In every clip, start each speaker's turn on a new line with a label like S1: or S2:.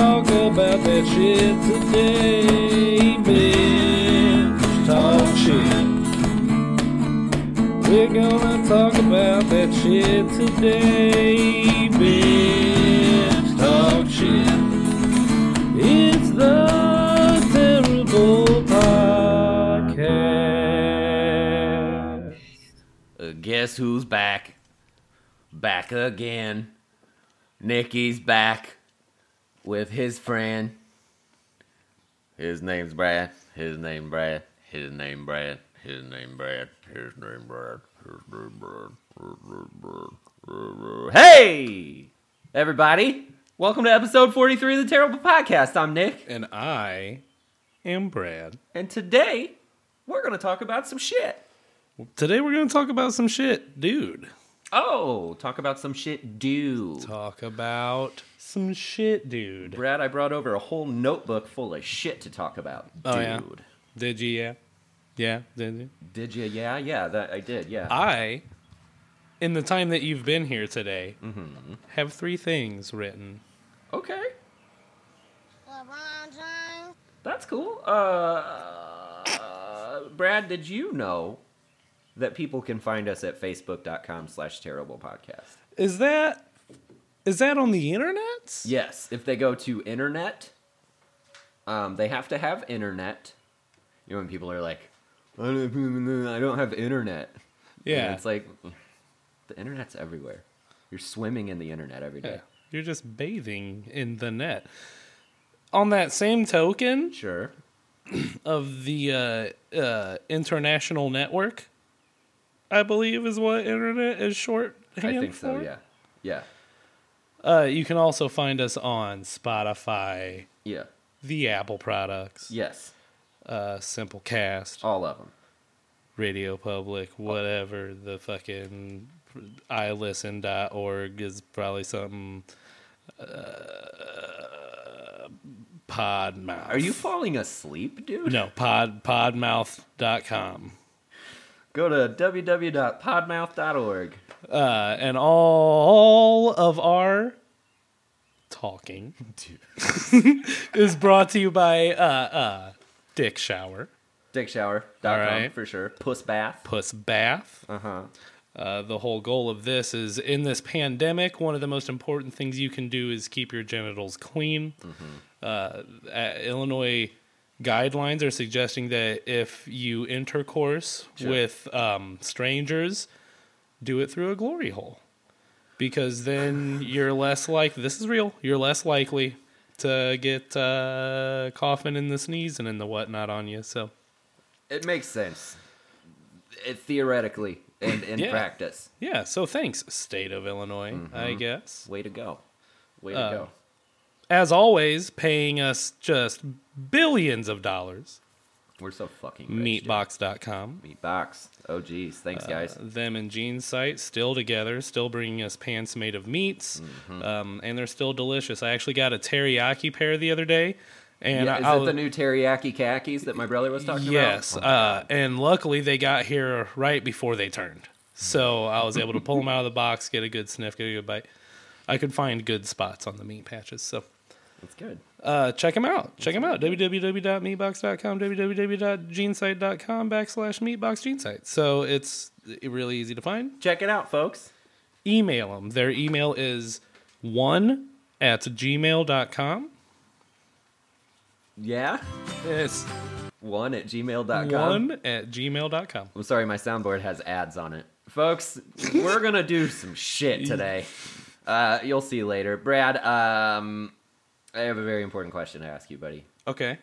S1: about that shit today, bitch. Talk shit. We're gonna talk about that shit today, bitch. Talk shit. It's the terrible podcast.
S2: Uh, guess who's back? Back again. Nicky's back with his friend. His name's Brad. His name Brad. His name Brad. His name Brad. His name Brad. His name Brad. His name Brad. Hey, everybody! Welcome to episode forty-three of the Terrible Podcast. I'm Nick,
S1: And I am Brad.
S2: and today we're gonna talk about some shit.
S1: Today we're going to talk about some shit, dude.
S2: Oh, talk about some shit, dude.
S1: Talk about some shit, dude.
S2: Brad, I brought over a whole notebook full of shit to talk about. Dude.
S1: Oh, yeah. Did you? Yeah. Yeah. Did you?
S2: Did you? Yeah, yeah, that I did. Yeah.
S1: I, in the time that you've been here today, have three things written.
S2: okay.
S3: LeBron James.
S2: That's cool. Uh, uh, Brad, did you know that people can find us at facebook.com slash terrible podcast?
S1: Is that is that on the internet?
S2: Yes, if they go to internet, um, they have to have internet. You know, when people are like, I don't I don't have internet. And
S1: Yeah.
S2: it's like, the internet's everywhere. You're swimming in the internet every day.
S1: Yeah. You're just bathing in the net. On that same token
S2: Sure.
S1: of the uh, uh, international network, I believe is what internet is short.
S2: I think so, yeah. Yeah.
S1: Uh, you can also find us on Spotify,
S2: Yeah.
S1: the Apple products,
S2: Yes.
S1: uh, Simplecast,
S2: All of them.
S1: Radio Public, whatever the fucking ilisten.org is probably something. Uh, Podmouth.
S2: Are you falling asleep, dude?
S1: No, pod podmouth.com.
S2: Go to www.podmouth.org.
S1: Uh, and all of our talking is brought to you by uh, uh, Dick Shower,
S2: Dickshower.com
S1: right.
S2: for sure. Puss bath.
S1: Puss Bath.
S2: Uh huh.
S1: Uh, the whole goal of this is in this pandemic, one of the most important things you can do is keep your genitals clean. Uh, uh, Illinois guidelines are suggesting that if you intercourse
S2: Sure.
S1: with um, strangers, do it through a glory hole. Because then you're less like this is real. You're less likely to get uh, coughing and the sneezing and the whatnot on you. So
S2: It makes sense. It, theoretically and in
S1: Yeah.
S2: practice.
S1: yeah. So thanks, state of Illinois. I guess.
S2: Way to go. Way to
S1: Uh,
S2: go.
S1: as always, paying us just billions of dollars.
S2: We're so fucking rich, dude.
S1: Meatbox.com.
S2: Meatbox. Oh, geez. Thanks,
S1: Uh,
S2: guys.
S1: Them and Gene's site still together, still bringing us pants made of meats,
S2: Mm-hmm.
S1: um, and they're still delicious. I actually got a teriyaki pair the other day, and
S2: Yeah,
S1: I,
S2: is
S1: I'll-
S2: it the new teriyaki khakis that my brother was talking
S1: yes,
S2: about? Oh
S1: uh, and luckily they got here right before they
S2: Mm.
S1: turned, so I was able to pull them out of the box, get a good sniff, get a good bite. I could find good spots on the meat patches, so.
S2: It's good.
S1: uh, check them out. Check them out. www.meatbox.com, www.genesite.com backslash meatboxgenesite. So it's really easy to find.
S2: Check it out, folks.
S1: Email them. Their email is one at gmail.com.
S2: Yeah.
S1: It's
S2: One at gmail.com.
S1: one at gmail.com.
S2: I'm sorry, my soundboard has ads on it. Folks, we're gonna do some shit today. Uh, you'll see later. Brad, um, I have a very important question to ask you, buddy.
S1: Okay.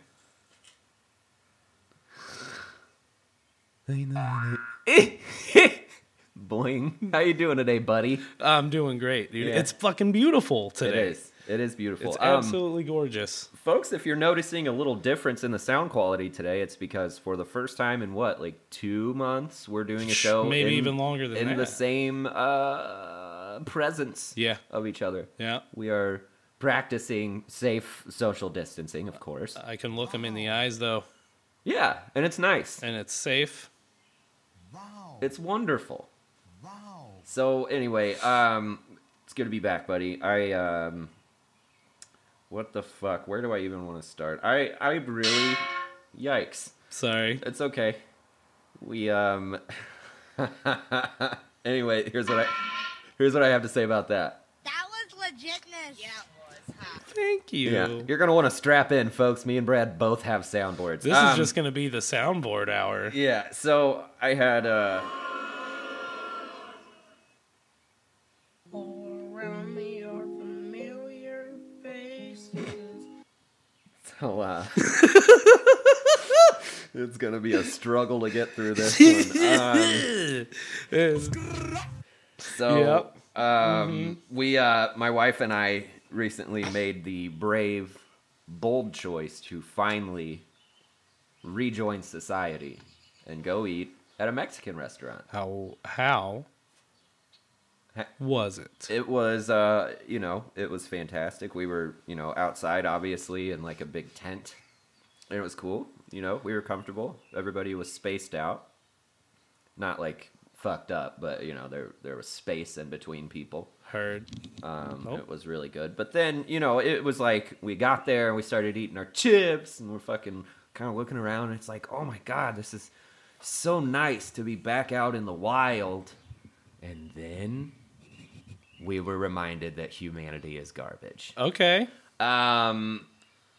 S2: Boing. How you doing today, buddy?
S1: I'm doing great, dude.
S2: Yeah.
S1: It's fucking beautiful
S2: It
S1: today.
S2: is. It is beautiful.
S1: It's
S2: Um,
S1: absolutely gorgeous.
S2: folks, if you're noticing a little difference in the sound quality today, it's because for the first time in what, like two months, we're doing a
S1: Sh-
S2: show
S1: maybe
S2: in-
S1: even longer than
S2: in
S1: that.
S2: the same uh, presence
S1: Yeah.
S2: of each other.
S1: Yeah.
S2: We are practicing safe social distancing, of course.
S1: I can look them in the eyes, though,
S2: Uh, Yeah, and it's nice.
S1: and it's safe.
S4: Wow.
S2: It's wonderful.
S4: Wow.
S2: So anyway, um, it's good to be back, buddy. I um, What the fuck? Where do I even want to start? I I really yikes.
S1: Sorry.
S2: It's okay. We um Anyway, here's what I here's what I have to say about that.
S3: That was legitness. Yeah, it was. Huh?
S1: Thank you.
S2: Yeah. You're going to want to strap in, folks. Me and Brad both have soundboards.
S1: This
S2: Um,
S1: is just going to be the soundboard hour.
S2: Yeah, so I had uh
S5: All around me are familiar faces.
S2: So, uh, it's gonna be a struggle to get through this one. Um, so,
S1: Yep.
S2: um, we, uh, my wife and I recently made the brave, bold choice to finally rejoin society and go eat at a Mexican restaurant.
S1: how how
S2: Ha-
S1: was it?
S2: It was, uh, you know, it was fantastic. We were, you know, outside, obviously, in like a big tent. And it was cool. You know, we were comfortable. Everybody was spaced out. Not like fucked up, but, you know, there, there was space in between people.
S1: Heard.
S2: Um,
S1: Nope.
S2: It was really good. But then, you know, it was like we got there and we started eating our chips and we're fucking kind of looking around. And it's like, oh my God, this is so nice to be back out in the wild. And then we were reminded that humanity is garbage.
S1: Okay.
S2: Um,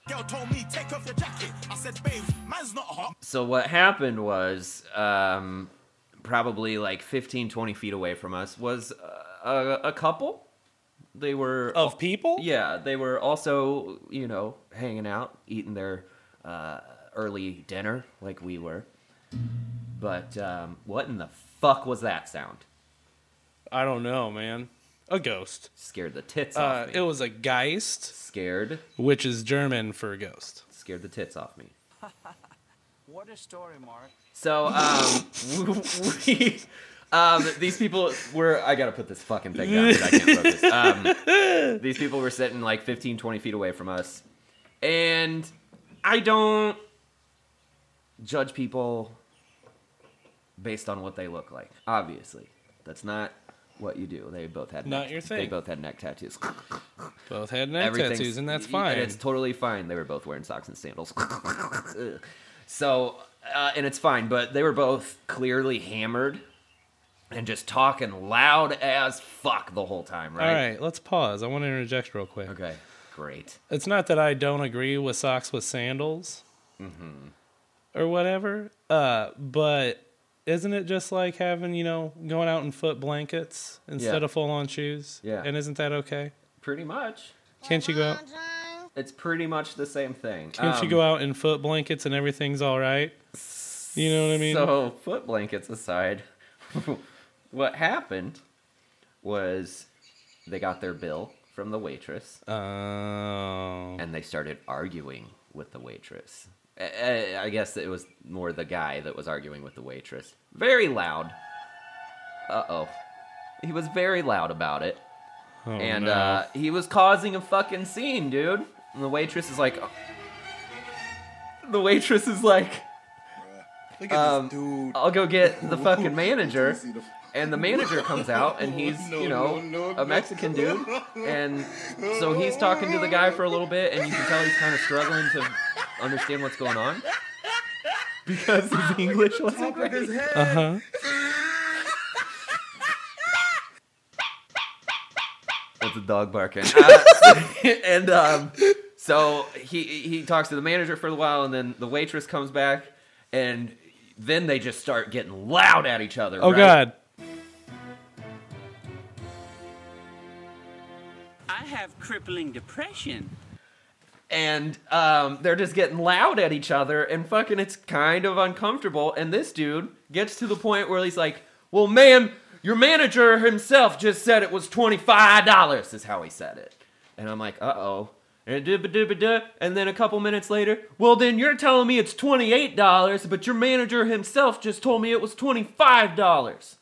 S6: Girl told me take off your jacket. I said, babe, man's not hot.
S2: so what happened was um, probably like 15, 20 feet away from us was a, a, a couple. They were
S1: Of people?
S2: Yeah, they were also, you know, hanging out, eating their uh, early dinner like we were. But um, what in the fuck was that sound?
S1: I don't know, man. A ghost.
S2: Scared the tits
S1: Uh,
S2: off me.
S1: it was a Geist,
S2: scared,
S1: which is German for ghost.
S2: scared the tits off me.
S7: What a story, Mark.
S2: So um, we, um, these people were. I gotta put this fucking thing down because I can't focus. Um, these people were sitting like 15, 20 feet away from us, and I don't judge people based on what they look like. Obviously, that's not what you do. They both had
S1: Not
S2: neck,
S1: your
S2: They
S1: thing.
S2: both had neck tattoos.
S1: Both had neck
S2: Everything's-
S1: tattoos, and that's
S2: y-
S1: fine.
S2: And it's totally fine. They were both wearing socks and sandals. Ugh. so, uh, and it's fine, but they were both clearly hammered and just talking loud as fuck the whole time,
S1: All
S2: right?
S1: right, let's pause. I want to interject real quick.
S2: Okay, great.
S1: It's not that I don't agree with socks with sandals
S2: Mm-hmm.
S1: or whatever, uh, but isn't it just like having, you know, going out in foot blankets instead
S2: Yeah.
S1: of full on shoes?
S2: Yeah.
S1: And isn't that okay?
S2: Pretty much.
S1: Can't you go out?
S2: It's pretty much the same thing. Um,
S1: Can't you go out in foot blankets and everything's all right? You know what I mean?
S2: So, foot blankets aside, what happened was they got their bill from the waitress.
S1: oh,
S2: and they started arguing with the waitress. I, I guess it was more the guy that was arguing with the waitress. Very loud. Uh oh. He was very loud about it.
S1: Oh,
S2: and
S1: no.
S2: uh, he was causing a fucking scene, dude. And the waitress is like. "Oh." The waitress is like,
S8: Look at
S2: Um,
S8: this dude.
S2: I'll go get the fucking manager.
S8: See the-
S2: And the manager comes out and he's,
S8: Oh, No,
S2: you know,
S8: no, no,
S2: a Mexican dude. And so he's talking to the guy for a little bit and you can tell he's kind of struggling to understand what's going on. Because his English wasn't
S8: Look at his
S2: great.
S8: head.
S1: Uh-huh.
S2: That's a dog barking. Uh, and um, so he he talks to the manager for a while, and then the waitress comes back, and then they just start getting loud at each other.
S1: Oh,
S2: right?
S1: God.
S7: I have crippling depression.
S2: and um, they're just getting loud at each other, and fucking, it's kind of uncomfortable. And this dude gets to the point where he's like, "Well, ma'am, your manager himself just said it was twenty five dollars," is how he said it. And I'm like, "Uh oh." And da- ba- da- ba- da. And then a couple minutes later, well, then you're telling me it's twenty eight dollars, but your manager himself just told me it was twenty five dollars.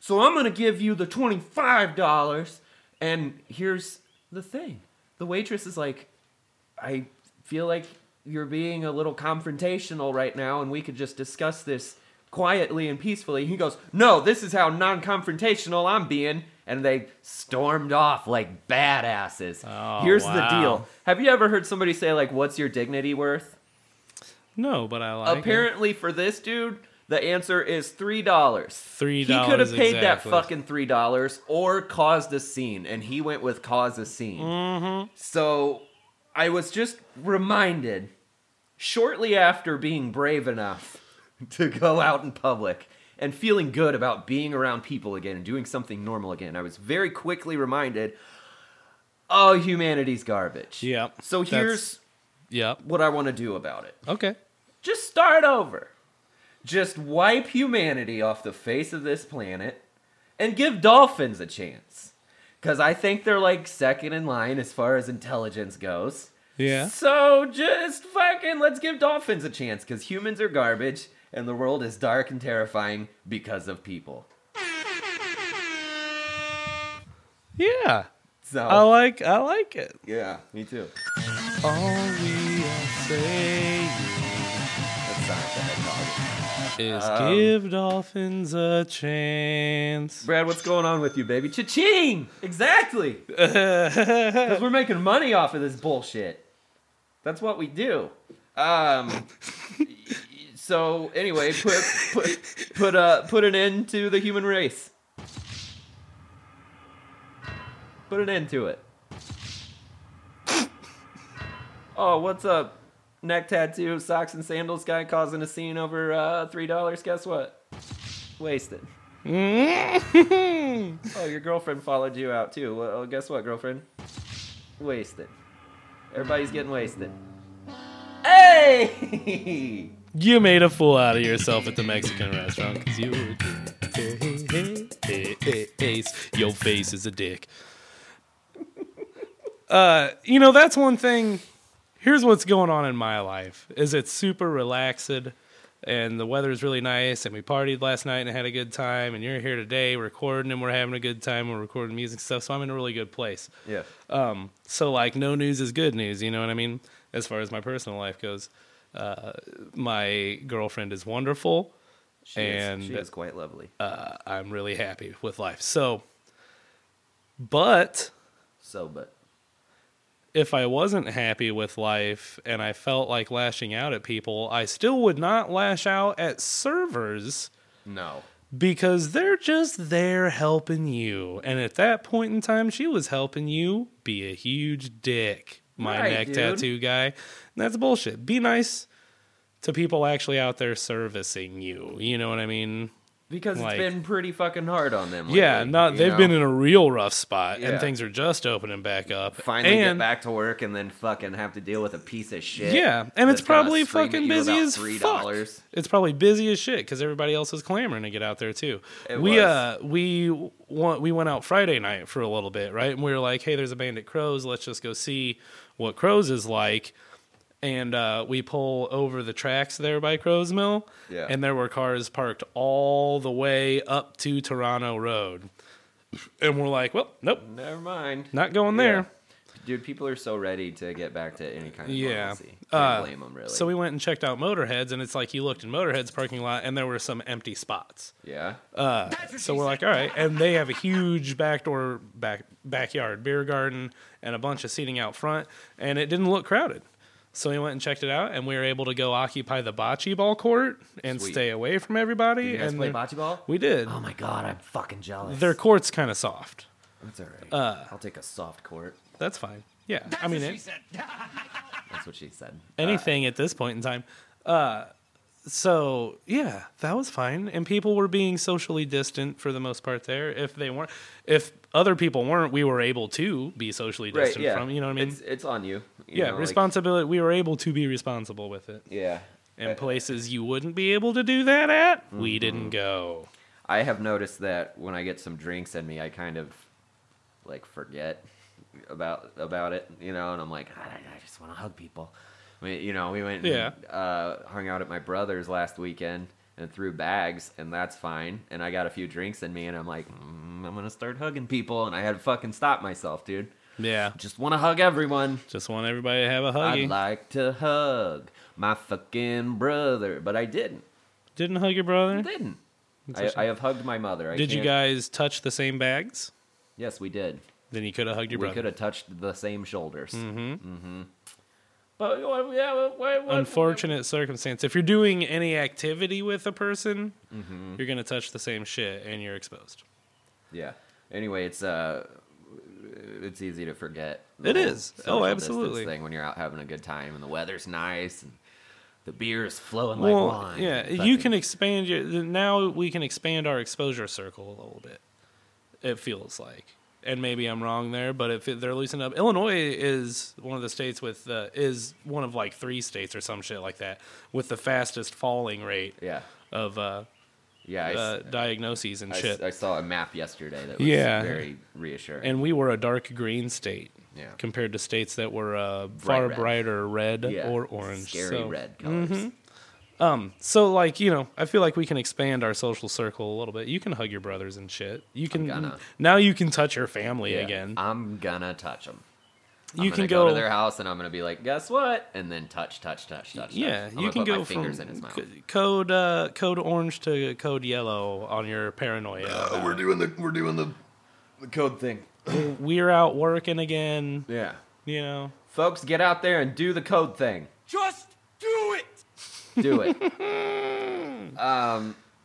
S2: So I'm gonna give you the twenty-five dollars. And here's the thing: the waitress is like, I feel like you're being a little confrontational right now, and we could just discuss this quietly and peacefully. He goes, No, this is how non-confrontational I'm being. and they stormed off like badasses.
S1: Oh,
S2: Here's the
S1: wow.
S2: deal. Have you ever heard somebody say like what's your dignity worth?
S1: No, but I like it.
S2: Apparently for this dude, the answer is three dollars.
S1: Three
S2: He
S1: dollars.
S2: could have paid
S1: exactly.
S2: that fucking three dollars or caused a scene, and he went with cause a scene.
S1: Mm-hmm.
S2: So I was just reminded shortly after being brave enough to go out in public and feeling good about being around people again and doing something normal again. I was very quickly reminded, oh, humanity's garbage.
S1: Yep.
S2: So
S1: That's-
S2: here's
S1: Yep.
S2: what I want to do about it
S1: Okay.
S2: just start over. Just wipe humanity off the face of this planet and give dolphins a chance. Because I think they're like second in line as far as intelligence goes.
S1: Yeah.
S2: So just fucking let's give dolphins a chance because humans are garbage and the world is dark and terrifying because of people.
S1: Yeah.
S2: So,
S1: I like. I like it.
S2: yeah, me too.
S1: All we are saying
S2: That's Sonic the Hedgehog.
S1: is
S2: Um,
S1: give dolphins a chance.
S2: Brad, what's going on with you, baby? Cha-ching! Exactly! Because we're making money off of this bullshit. That's what we do. Um. so anyway, put put put uh put an end to the human race. Put an end to it. Oh, what's up? Neck tattoo, socks and sandals guy causing a scene over uh three dollars. Guess what? Wasted. oh, your girlfriend followed you out too. Well, guess what, girlfriend? Wasted. Everybody's getting wasted. Hey!
S1: You made a fool out of yourself at the Mexican restaurant because you were. Hey, hey, hey, hey, Your face is a dick. Uh, you know that's one thing. Here's what's going on in my life: is it's super relaxed, and the weather's really nice, and we partied last night and had a good time, and you're here today recording, and we're having a good time, we're recording music stuff, so I'm in a really good place.
S2: Yeah.
S1: Um, so like, no news is good news. You know what I mean? As far as my personal life goes, uh, my girlfriend is wonderful,
S2: She
S1: and
S2: is, she is quite lovely.
S1: uh, I'm really happy with life. So, but
S2: so, but
S1: if I wasn't happy with life and I felt like lashing out at people, I still would not lash out at servers
S2: no.
S1: because they're just there helping you. And at that point in time, she was helping you be a huge dick, my
S2: Right,
S1: neck
S2: dude.
S1: tattoo guy. And that's bullshit. Be nice to people actually out there servicing you. You know what I mean?
S2: Because
S1: Like-
S2: it's been pretty fucking hard on them.
S1: yeah,
S2: lately,
S1: not
S2: you
S1: they've
S2: know?
S1: been in a real rough spot,
S2: Yeah.
S1: and things are just opening back up.
S2: Finally
S1: and,
S2: get back to work and then fucking have to deal with a piece of shit.
S1: Yeah, and it's
S2: that's gonna
S1: probably
S2: scream at
S1: fucking
S2: you
S1: busy
S2: about
S1: as
S2: $3.
S1: fuck. It's probably busy as shit because everybody else is clamoring to get out there too.
S2: It
S1: we
S2: was.
S1: uh we want we went out Friday night for a little bit, right? And we were like, hey, there's a band at Crows. Let's just go see what Crows is like. And uh, we pull over the tracks there by Crows Mill,
S2: Yeah.
S1: and there were cars parked all the way up to Toronto Road. And we're like, well, nope,
S2: Never mind.
S1: not going
S2: Yeah.
S1: there.
S2: Dude, people are so ready to get back to any kind of
S1: Yeah.
S2: normalcy.
S1: Uh,
S2: Can't blame them, really.
S1: So we went and checked out Motorheads, and it's like you looked in Motorhead's parking lot, and there were some empty spots.
S2: yeah.
S1: Uh, So we're like, all right, and they have a huge backdoor back backyard beer garden and a bunch of seating out front, and it didn't look crowded. So we went and checked it out, and we were able to go occupy the bocce ball court and
S2: Sweet.
S1: stay away from everybody.
S2: you guys
S1: and
S2: play
S1: they're-
S2: bocce ball?
S1: We did.
S2: Oh my god, I'm fucking jealous.
S1: Their court's kind of soft.
S2: That's all right.
S1: Uh,
S2: I'll take a soft court.
S1: That's fine. Yeah, I mean, it,
S2: That's what she said.
S1: anything at this point in time. Uh, so yeah, that was fine, and people were being socially distant for the most part there. If they weren't, if other people weren't, we were able to be socially
S2: Right,
S1: distant
S2: yeah.
S1: from. You know what I mean?
S2: It's, it's on you. you
S1: yeah,
S2: know, like-
S1: responsibility. we were able to be responsible with it.
S2: yeah.
S1: And
S2: I-
S1: places you wouldn't be able to do that at, we
S2: Mm-hmm.
S1: didn't go.
S2: I have noticed that when I get some drinks in me, I kind of like forget about about it, you know, and I'm like, I, I just want to hug people. We, you know, we went and
S1: Yeah.
S2: uh, hung out at my brother's last weekend and threw bags, and that's fine. And I got a few drinks in me, and I'm like, mm, I'm gonna start hugging people, and I had to fucking stop myself, dude.
S1: Yeah,
S2: Just want to hug everyone.
S1: just want everybody to have a
S2: I'd
S1: huggy.
S2: like to hug my fucking brother, but I didn't.
S1: didn't hug your brother.
S2: Didn't.
S1: Hmm. That's a
S2: I,
S1: shame.
S2: I have hugged my mother. I
S1: Did you
S2: can't-
S1: guys touch the same bags?
S2: Yes, we did.
S1: Then you could have hugged your
S2: we could
S1: brother. Hmm.
S2: have touched the same shoulders.
S9: Mm-hmm.
S2: Mm-hmm.
S9: But uh, yeah, what, what, what-
S1: Unfortunate circumstance. If you're doing any activity with a person,
S2: Mm-hmm.
S1: you're gonna touch the same shit and you're exposed.
S2: Yeah. Anyway, it's uh, it's easy to forget. the
S1: It
S2: whole
S1: is. Oh,
S2: social distance
S1: absolutely.
S2: Thing when you're out having a good time and the weather's nice and the beer is flowing
S1: well,
S2: like wine.
S1: yeah,
S2: and
S1: you
S2: fucking-
S1: can expand your. Now we can expand our exposure circle a little bit. It feels like, and maybe I'm wrong there, but if it- they're loosening up, Illinois is one of the states with uh, is one of like three states or some shit like that with the fastest falling rate
S2: Yeah.
S1: of uh,
S2: Yeah. I, s-
S1: uh, diagnoses and
S2: I s-
S1: shit.
S2: I saw a map yesterday that was
S1: Yeah.
S2: very reassuring.
S1: and we were a dark green state
S2: Yeah.
S1: compared to states that were uh,
S2: Bright
S1: far
S2: red.
S1: brighter red
S2: yeah,
S1: or orange.
S2: Scary
S1: so. Mm-hmm.
S2: red colors.
S1: So like you know, I feel like we can expand our social circle a little bit. You can hug your brothers and shit. You can
S2: gonna.
S1: now you can touch your family
S2: Yeah.
S1: again.
S2: I'm gonna touch them.
S1: you
S2: I'm
S1: can
S2: gonna go, to their house and I'm gonna be like, guess what? And then touch, touch, touch, touch.
S1: yeah.
S2: touch. I'm
S1: You
S2: gonna
S1: can
S2: put
S1: go
S2: my fingers
S1: from
S2: in his mouth.
S1: co- code uh, code orange to code yellow on your paranoia.
S2: Oh, we're doing the we're doing the the code thing.
S1: We're out working again.
S2: Yeah,
S1: You know,
S2: folks, get out there and do the code thing.
S6: Just do it!
S2: Do it. um,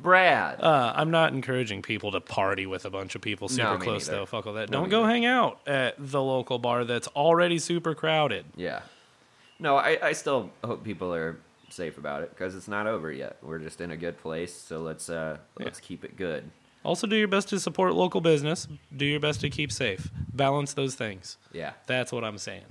S2: Brad.
S1: uh, I'm not encouraging people to party with a bunch of people super
S2: me
S1: close
S2: neither.
S1: though. Fuck all that.
S2: No,
S1: Don't
S2: me
S1: go
S2: neither.
S1: hang out at the local bar that's already super crowded.
S2: yeah. No, I I still hope people are safe about it because it's not over yet. We're just in a good place, so let's uh let's keep it good.
S1: Also, do your best to support local business. Do your best to keep safe. Balance those things.
S2: Yeah.
S1: That's what I'm saying.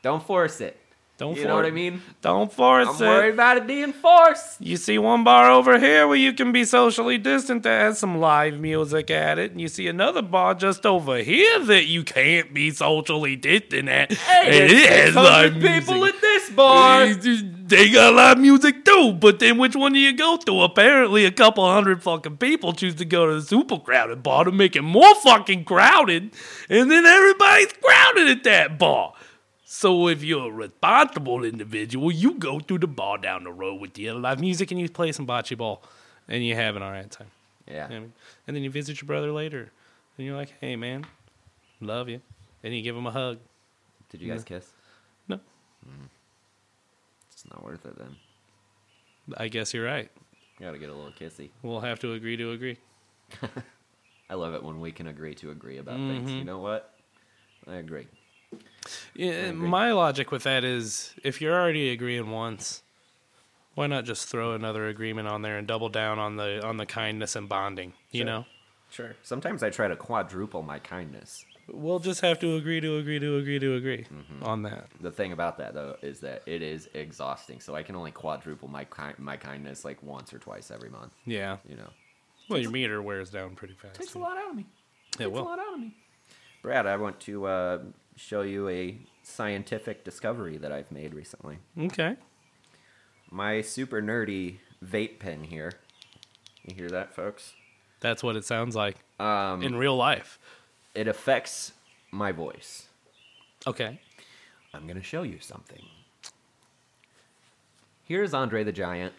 S2: Don't force it.
S1: Don't
S2: you
S1: for-
S2: know what I mean?
S1: Don't force
S2: I'm
S1: it.
S2: worried about it being forced.
S1: You see one bar over here where you can be socially distant that has some live music at it, and you see another bar just over here that you can't be socially distant at, and it has live
S2: people
S1: music.
S2: at this bar.
S1: They got live music too, but then which one do you go to? Apparently, a couple hundred fucking people choose to go to the super crowded bar to make it more fucking crowded, and then everybody's crowded at that bar. So if you're a responsible individual, you go to the bar down the road with the other live music and you play some bocce ball, and you have an alright time.
S2: Yeah.
S1: You know what I mean? And then you visit your brother later, and you're like, "Hey man, love you," and you give him a hug.
S2: Did you guys kiss? Hmm.
S1: No,
S2: It's not worth it then.
S1: I guess you're right.
S2: You gotta get a little kissy.
S1: We'll have to agree to agree.
S2: I love it when we can agree to agree about things.
S1: Mm-hmm.
S2: You know what? I agree.
S1: Yeah, my logic with that is if you're already agreeing once, why not just throw another agreement on there and double down on the on the kindness and bonding? You
S2: Sure.
S1: know,
S2: Sure. Sometimes I try to quadruple my kindness.
S1: we'll just have to agree to agree to agree to agree on that.
S2: The thing about that though is that it is exhausting. So I can only quadruple my ki- my kindness like once or twice every month.
S1: Yeah.
S2: You know.
S1: Well, your meter wears down pretty fast.
S9: Takes a lot out of me.
S1: It
S9: Takes a
S1: will.
S9: lot out of me.
S2: Brad, I want to uh, show you a scientific discovery that I've made recently.
S1: Okay.
S2: My super nerdy vape pen here. You hear that, folks? Um,
S1: That's what it sounds like in real life.
S2: It affects my voice.
S1: Okay.
S2: I'm going to show you something. Here's Andre the Giant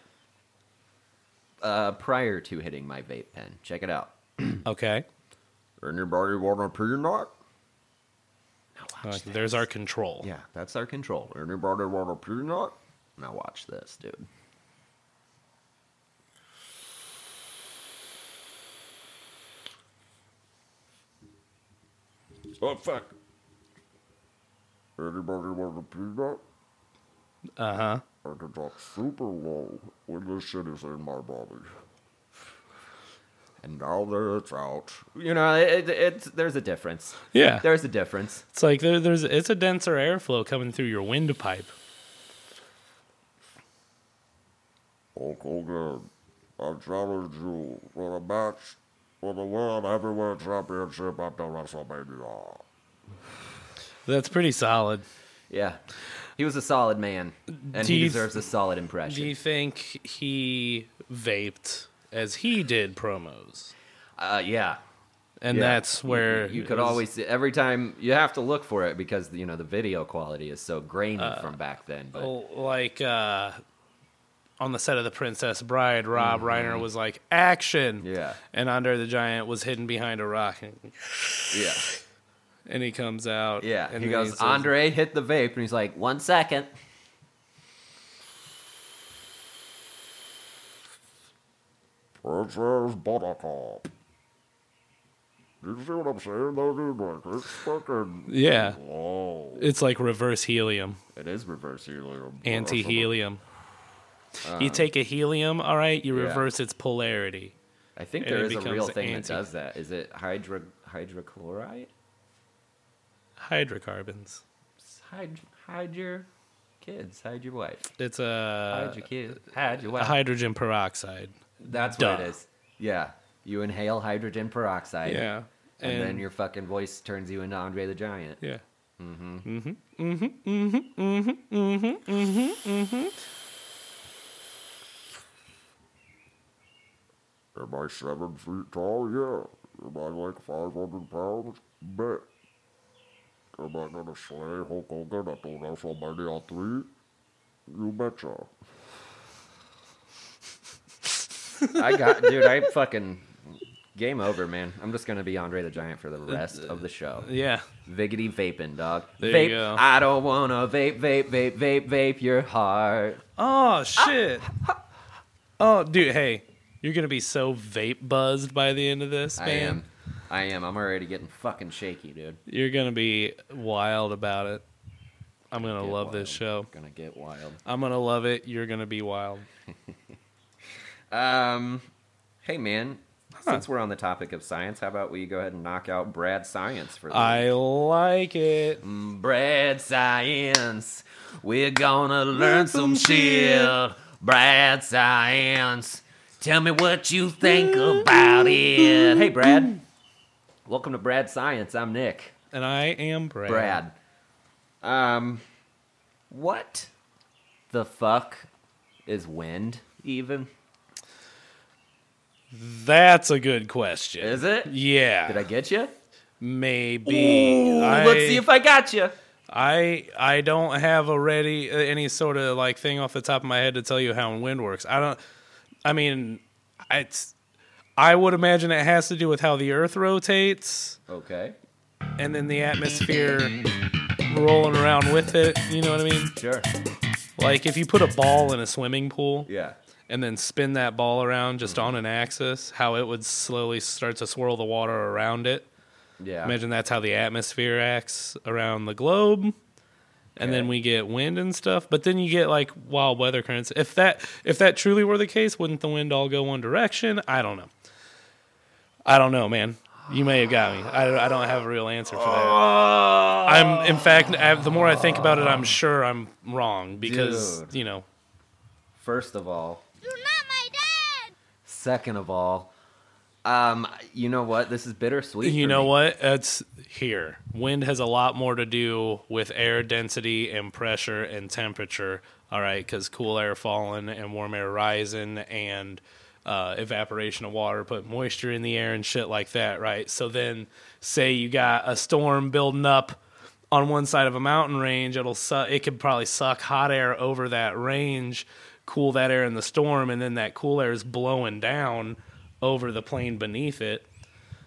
S2: uh, prior to hitting my vape pen. Check it out.
S1: Okay.
S2: Anybody want a peanut?
S1: Like, there's our control.
S2: Yeah, that's our control. Anybody want a peanut? Now watch this, dude.
S10: Oh, fuck. Anybody want a peanut?
S1: Uh huh.
S10: I can talk super low when this shit is in my body.
S2: And now that it's out, you know, it, it, it's there's a difference.
S1: Yeah.
S2: There's a difference.
S1: It's like there, there's it's a denser airflow coming through your windpipe.
S10: Hulk Hogan, I challenge you for a match for the World Heavyweight Championship after WrestleMania.
S1: That's pretty solid.
S2: Yeah, he was a solid man, and
S1: Do
S2: he
S1: you-
S2: deserves a solid impression.
S1: Do you think he vaped as he did promos?
S2: uh, yeah,
S1: And
S2: Yeah.
S1: that's where
S2: you
S1: it
S2: could
S1: was-
S2: always every time you have to look for it because
S1: Uh, oh.
S2: you know the video quality is so grainy from back then. But
S1: like uh on the set of The Princess Bride, Rob Reiner was like, action.
S2: Mm-hmm. Yeah.
S1: And Andre the Giant was hidden behind a rock. And,
S2: Yeah.
S1: and he comes out.
S2: Yeah.
S1: And
S2: he
S1: then
S2: goes,
S1: says-
S2: Andre hit the vape. And he's like, one second.
S10: Princess Buttercup. You see what I'm saying, though, dude? Like, it's fucking.
S1: Yeah.
S10: Whoa.
S1: It's like reverse helium,
S2: It is reverse helium.
S1: anti helium. you take a helium, all right, you
S2: Um, yeah.
S1: reverse its polarity.
S2: I think
S1: And
S2: there
S1: it
S2: is a real
S1: becomes
S2: thing
S1: anti-
S2: that does that. Is it hydro hydrochloride?
S1: Hydrocarbons.
S2: Hide, hide your kids. Hide your wife.
S1: It's
S2: Hide
S1: a,
S2: your kids. Hide your wife.
S1: hydrogen peroxide.
S2: That's what
S1: Duh.
S2: it is. Yeah. You inhale hydrogen peroxide.
S1: Yeah.
S2: And, then your fucking voice turns you into Andre the Giant.
S1: Yeah.
S10: Am I seven feet tall? Yeah. Am I like 500 pounds? Bet. Am I gonna slay Hulk Hogan at the WrestleMania 3? You betcha.
S2: I got, dude, I fucking. Game over, man. I'm just gonna be Andre the Giant for the rest of the show.
S1: Yeah.
S2: Viggity vaping, dog.
S1: There
S2: vape.
S1: you go.
S2: I don't wanna vape, vape, vape, vape, vape your heart.
S1: Oh shit.
S2: Ah!
S1: Oh dude, hey. You're gonna be so vape buzzed by the end of this, man.
S2: I am. I am. I'm already getting fucking shaky, dude.
S1: You're gonna be wild about it. I'm gonna
S2: Get
S1: love
S2: wild.
S1: this show.
S2: Gonna get wild.
S1: I'm gonna love it. You're gonna be wild.
S2: Um, hey man, since we're on the topic of science, how about we go ahead and knock out Brad Science for the
S1: I like it.
S2: Mm, Brad Science. We're gonna learn some shit. Brad Science. Tell me what you think about it. Hey Brad. Welcome to Brad Science. I'm Nick.
S1: And I am Brad.
S2: Brad. Um, what the fuck is wind even?
S1: That's a good question.
S2: Is it?
S1: Yeah.
S2: Did I get you?
S1: Maybe. I,
S2: Let's see if I got you.
S1: I I don't have a ready uh, any sort of like thing off the top of my head to tell you how wind works. I don't. I mean, it's. I would imagine it has to do with how the Earth rotates,
S2: Okay,
S1: and then the atmosphere rolling around with it. You know what I mean?
S2: sure.
S1: Like if you put a ball in a swimming pool
S2: Yeah.
S1: and then spin that ball around just on an axis, how it would slowly start to swirl the water around it.
S2: Yeah.
S1: Imagine that's how the atmosphere acts around the globe. And then
S2: Okay.
S1: we get wind and stuff, but then you get like wild weather currents. If that if that truly were the case, wouldn't the wind all go one direction? I don't know. I don't know, man. You may have got me. I don't, I don't have a real answer for that. I'm in fact, I, the more I think about it, I'm sure I'm wrong because
S2: Dude.
S1: you know.
S2: First of all,
S3: You're not my dad.
S2: second of all, um, you know what? This is bittersweet.
S1: You
S2: for
S1: know
S2: me.
S1: what? It's here. Wind has a lot more to do with air density and pressure and temperature. All right, because cool air falling and warm air rising and uh, evaporation of water put moisture in the air and shit like that. Right. So then, say you got a storm building up on one side of a mountain range, it'll su- it could probably suck hot air over that range, cool that air in the storm, and then that cool air is blowing down over the plane beneath it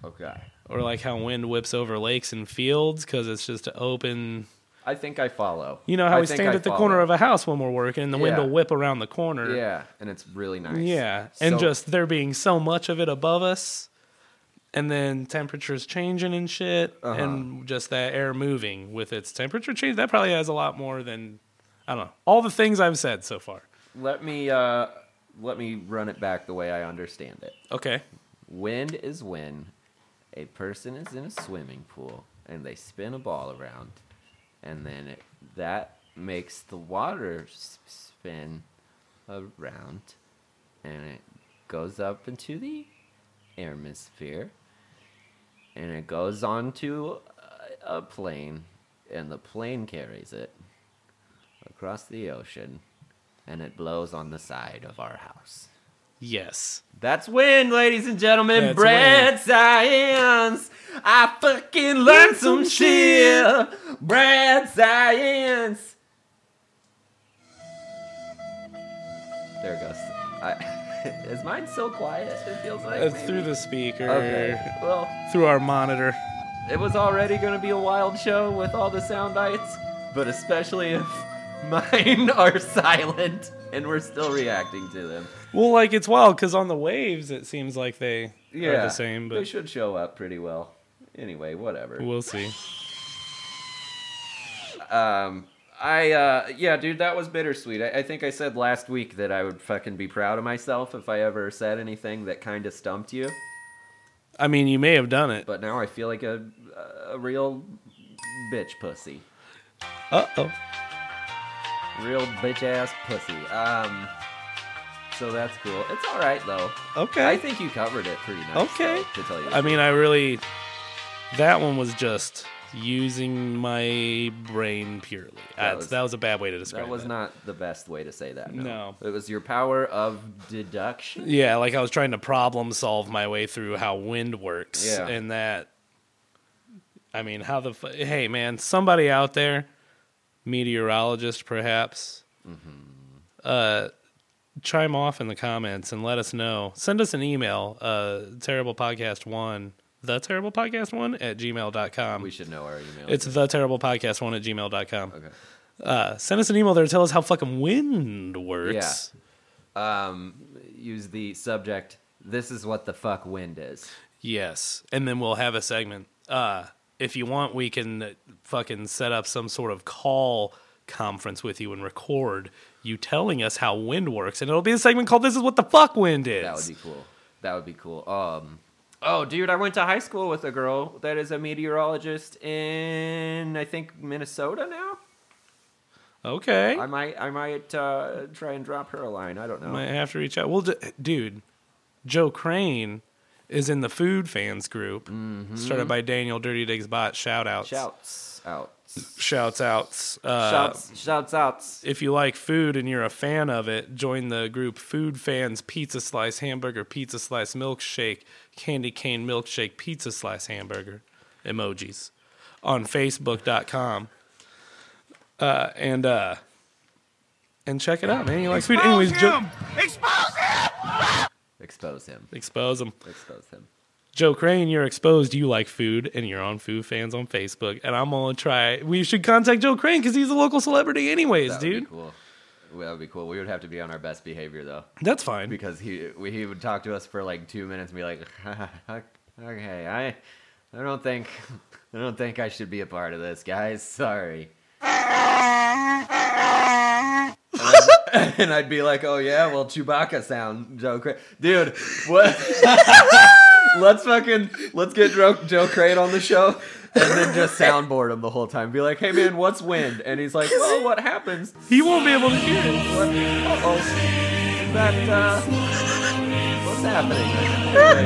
S2: Okay.
S1: or like how wind whips over lakes and fields because it's just open.
S2: I think I follow.
S1: You know how
S2: I
S1: we
S2: think
S1: stand
S2: I
S1: at the
S2: follow.
S1: corner of a house when we're working, and the wind
S2: Yeah.
S1: will whip around the corner.
S2: Yeah, and it's really nice.
S1: yeah, and
S2: So-
S1: just there being so much of it above us, and then temperatures changing and shit,
S2: Uh-huh.
S1: and just that air moving with its temperature change. That probably has a lot more than I don't know. All the things I've said so far.
S2: let me uh, let me run it back the way I understand it.
S1: Okay.
S2: Wind is when a person is in a swimming pool and they spin a ball around, and then it, that makes the water s- spin around, and it goes up into the atmosphere, and it goes onto a, a plane, and the plane carries it across the ocean, and it blows on the side of our house.
S1: Yes.
S2: That's when, ladies and
S1: That's
S2: gentlemen, Brad Science. I fucking learned some shit. Brad Science. There it goes. I, is mine so quiet? It feels like.
S1: It's
S2: maybe?
S1: Uh, through the speaker,
S2: Okay. Well,
S1: through our monitor.
S2: it was already going to be a wild show with all the sound bites, but especially if mine are silent and we're still reacting to them.
S1: Well, like it's wild because on the waves it seems like they are the same,
S2: they
S1: but
S2: should show up pretty well. Anyway, whatever.
S1: we'll see.
S2: Um, I uh, yeah, dude, that was bittersweet. I, I think I said last week that I would fucking be proud of myself if I ever said anything that kind of stumped you.
S1: I mean, you may have done it.
S2: But now I feel like a a real bitch pussy,
S1: Uh oh.
S2: real bitch ass pussy. Um, so that's cool. It's all right though. I
S1: Okay.
S2: think you covered it pretty nice.
S1: Okay.
S2: though, to tell you, the
S1: I mean, I really. That one was just using my brain purely. That's,
S2: was-
S1: that was a bad way to
S2: truth.
S1: describe
S2: that was
S1: that.
S2: not the best way to say that. No.
S1: No.
S2: it was your power of deduction.
S1: Yeah, like I was trying to problem solve my way through how wind works.
S2: Yeah.
S1: And that, I mean, how the, fu- hey man, somebody out there, meteorologist perhaps,
S2: Mm-hmm.
S1: uh, chime off in the comments and let us know. Send us an email, uh, terriblepodcast1, the terriblepodcast1 at gmail.com.
S2: We should know our email.
S1: It's the terrible podcast one at gmail.com.
S2: okay.
S1: Uh, send us an email there to tell us how fucking wind works.
S2: um, Use the subject. This is what the fuck wind is.
S1: Yes. And then we'll have a segment. Uh, if you want, we can uh, fucking set up some sort of call conference with you and record you telling us how wind works. And it'll be a segment called This is What the Fuck Wind Is.
S2: That would be cool. That would be cool. Um, oh, dude, I went to high school with a girl that is a meteorologist in I think Minnesota now.
S1: okay.
S2: I might I might uh, try and drop her a line. I don't know.
S1: Might have to reach out. Well, d- dude, Joe Crane is in the food fans group started by Daniel Dirty Digs Bot. Shout outs.
S2: Mm-hmm. Shouts out.
S1: Shouts outs. Uh,
S2: Shouts shouts outs.
S1: if you like food and you're a fan of it, join the group Food Fans Pizza Slice Hamburger Pizza Slice Milkshake Candy Cane Milkshake Pizza Slice Hamburger emojis on Facebook.com. Uh, and uh, and check it out, man. You like food? Anyways, Joe,
S2: Expose him.
S1: expose them.
S2: Expose him.
S1: Joe Crane, you're exposed. You like food, and you're on Food Fans on Facebook. And I'm gonna try. We should contact Joe Crane because he's a local celebrity, anyways,
S2: That would
S1: dude.
S2: be cool. That would be cool. We would have to be on our best behavior though,
S1: That's fine.
S2: because he we, he would talk to us for like two minutes and be like, "Okay, I I don't think I don't think I should be a part of this, guys. Sorry." and, I'd, and I'd be like, "Oh yeah, well Chewbacca sound Joe Crane, dude. What? let's fucking let's get Joe, Joe Crane on the show." And then just soundboard him the whole time. Be like, hey man, what's wind? And he's like, well, what happens
S1: He won't be able to hear it.
S2: uh-oh. That, uh, what's happening?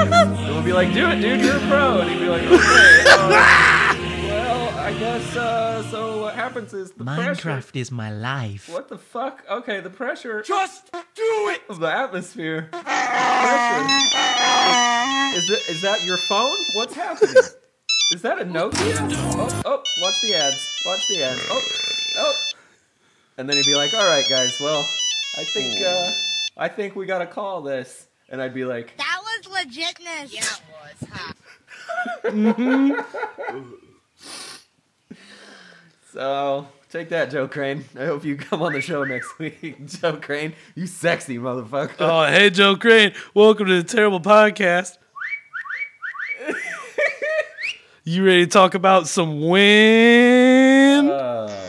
S2: and we'll be like, do it, dude, you're a pro. And he'd be like, okay, uh, well, I guess, uh, so what happens is the pressure.
S11: Minecraft is my life.
S2: What the fuck? Okay, the pressure
S12: Just do it!
S2: of the atmosphere. Pressure. Is, it, is that your phone? What's happening? Is that a Nokia? Oh, oh, watch the ads. Watch the ads. Oh, oh. And then he'd be like, all right, guys, well, I think, uh, I think we gotta call this. And I'd be like,
S3: That was legitness. Yeah, it was, huh?
S2: so, take that, Joe Crane. I hope you come on the show next week. Joe Crane, you sexy motherfucker.
S1: Oh, hey, Joe Crane. Welcome to the Terrible Podcast. you ready to talk about some wind?
S2: Uh,
S12: Uh,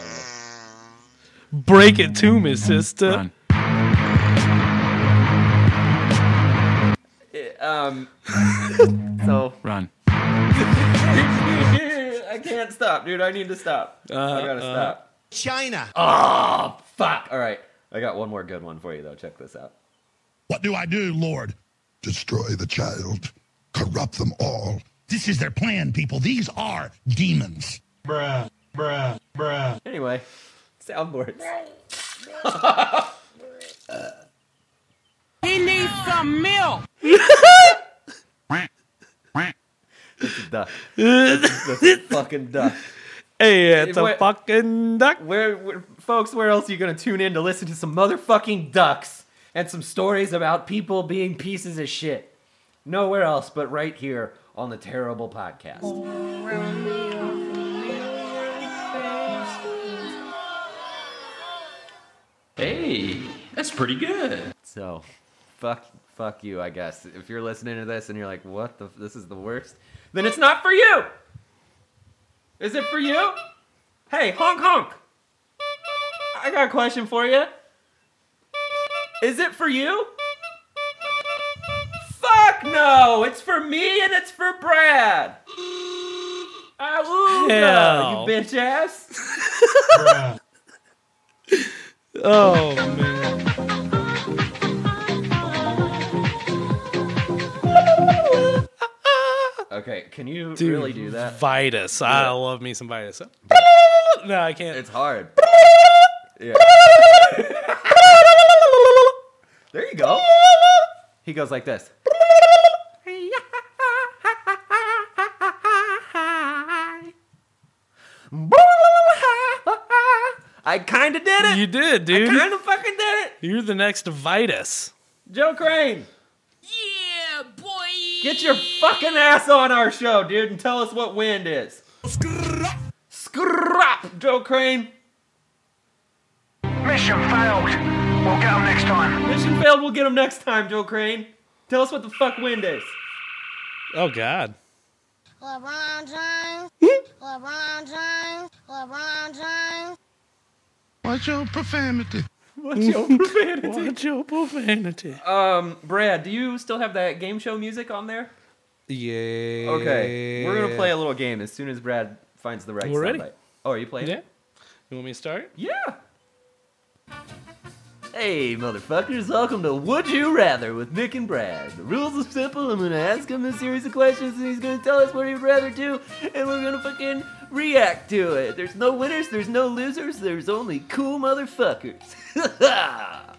S1: Break it to me, sister.
S13: Run.
S2: Um, so,
S13: Run.
S2: I can't stop, dude. I need to stop. I gotta stop. Ah,
S14: China.
S2: Fuck. All right. I got one more good one for you, though. Check this out.
S15: What do I do, Lord? Destroy the child, corrupt them all. This is their plan, people. These are demons.
S2: Anyway, soundboards.
S12: He needs some milk!
S13: Quack. Quack.
S2: Duck. That's a fucking duck.
S1: Hey, it's a
S2: Wait.
S1: fucking duck.
S2: Where, where, folks, where else are you gonna tune in to listen to some motherfucking ducks? and some stories about people being pieces of shit. Nowhere else but right here on the Terrible Podcast.
S16: Around me are familiar faces.
S11: Hey, that's pretty good.
S2: So, fuck, fuck you, I guess. If you're listening to this and you're like, "What the? This is the worst," then it's not for you. Is it for you? Hey, honk honk. I got a question for you. Is it for you? Fuck no! It's for me and it's for Brad. Ah,
S17: Hell.
S2: you bitch ass.
S1: Oh man.
S2: Okay, can you
S1: Dude,
S2: really do that?
S1: Vitus. I love me some Vitus. No, I can't.
S2: It's hard. Yeah. There you go. He goes like this. I kind of did it.
S1: You did, dude.
S2: I kind of fucking did it.
S1: You're the next Vitus.
S2: Joe Crane. Yeah, boy. Get your fucking ass on our show, dude, and tell us what wind is. Scrap, Joe Crane. Mission failed. We'll get him next time. Mission failed. We'll get him next time, Joe Crane. Tell us what the fuck wind is.
S1: Oh God.
S18: LeBron James.
S1: Hmm?
S18: LeBron James. LeBron James.
S15: What's your profanity?
S2: What's your profanity?
S1: What's your profanity?
S2: Um, Brad, do you still have that game show music on there?
S1: Yeah.
S2: Okay, we're gonna play a little game as soon as Brad finds the right.
S1: We're ready.
S2: soundbite. Oh, are you playing?
S1: Yeah. You want me to start?
S2: Yeah. Hey, motherfuckers, welcome to Would You Rather with Nick and Brad. The rules are simple. I'm gonna ask him a series of questions, and he's gonna tell us what he'd rather do, and we're gonna fucking react to it. There's no winners, there's no losers, there's only cool motherfuckers.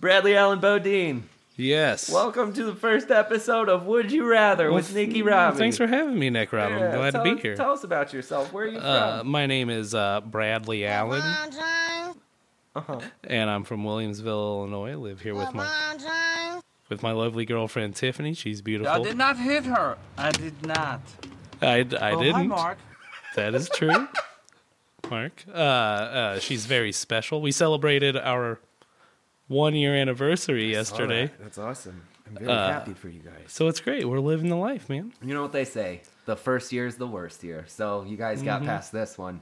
S2: Bradley Allen Bodine.
S1: Yes.
S2: Welcome to the first episode of Would You Rather
S1: Well,
S2: with Nikki
S1: th-
S2: Robbie.
S1: Thanks for having me, Nick Rob.
S2: Yeah,
S1: I'm glad to
S2: tell
S1: be
S2: us-
S1: here.
S2: Tell us about yourself. Where are you
S1: Uh,
S2: from?
S1: my name is uh, Bradley Allen,
S18: LeBron James.
S2: Uh-huh.
S1: and I'm from Williamsville, Illinois. I live here with my
S18: LeBron James.
S1: with my lovely girlfriend Tiffany. She's beautiful.
S17: I did not hit her. I did not.
S1: I, I
S17: Oh, hi,
S1: didn't.
S17: Mark.
S1: That is true. Mark. Uh, uh, she's very special. We celebrated our one year anniversary yesterday.
S2: That's awesome. I'm
S1: very Uh, happy for
S2: you guys.
S1: So it's great. We're living the life, man.
S2: You know what they say? The first year's the worst year. So you guys got
S1: Mhm.
S2: past this one.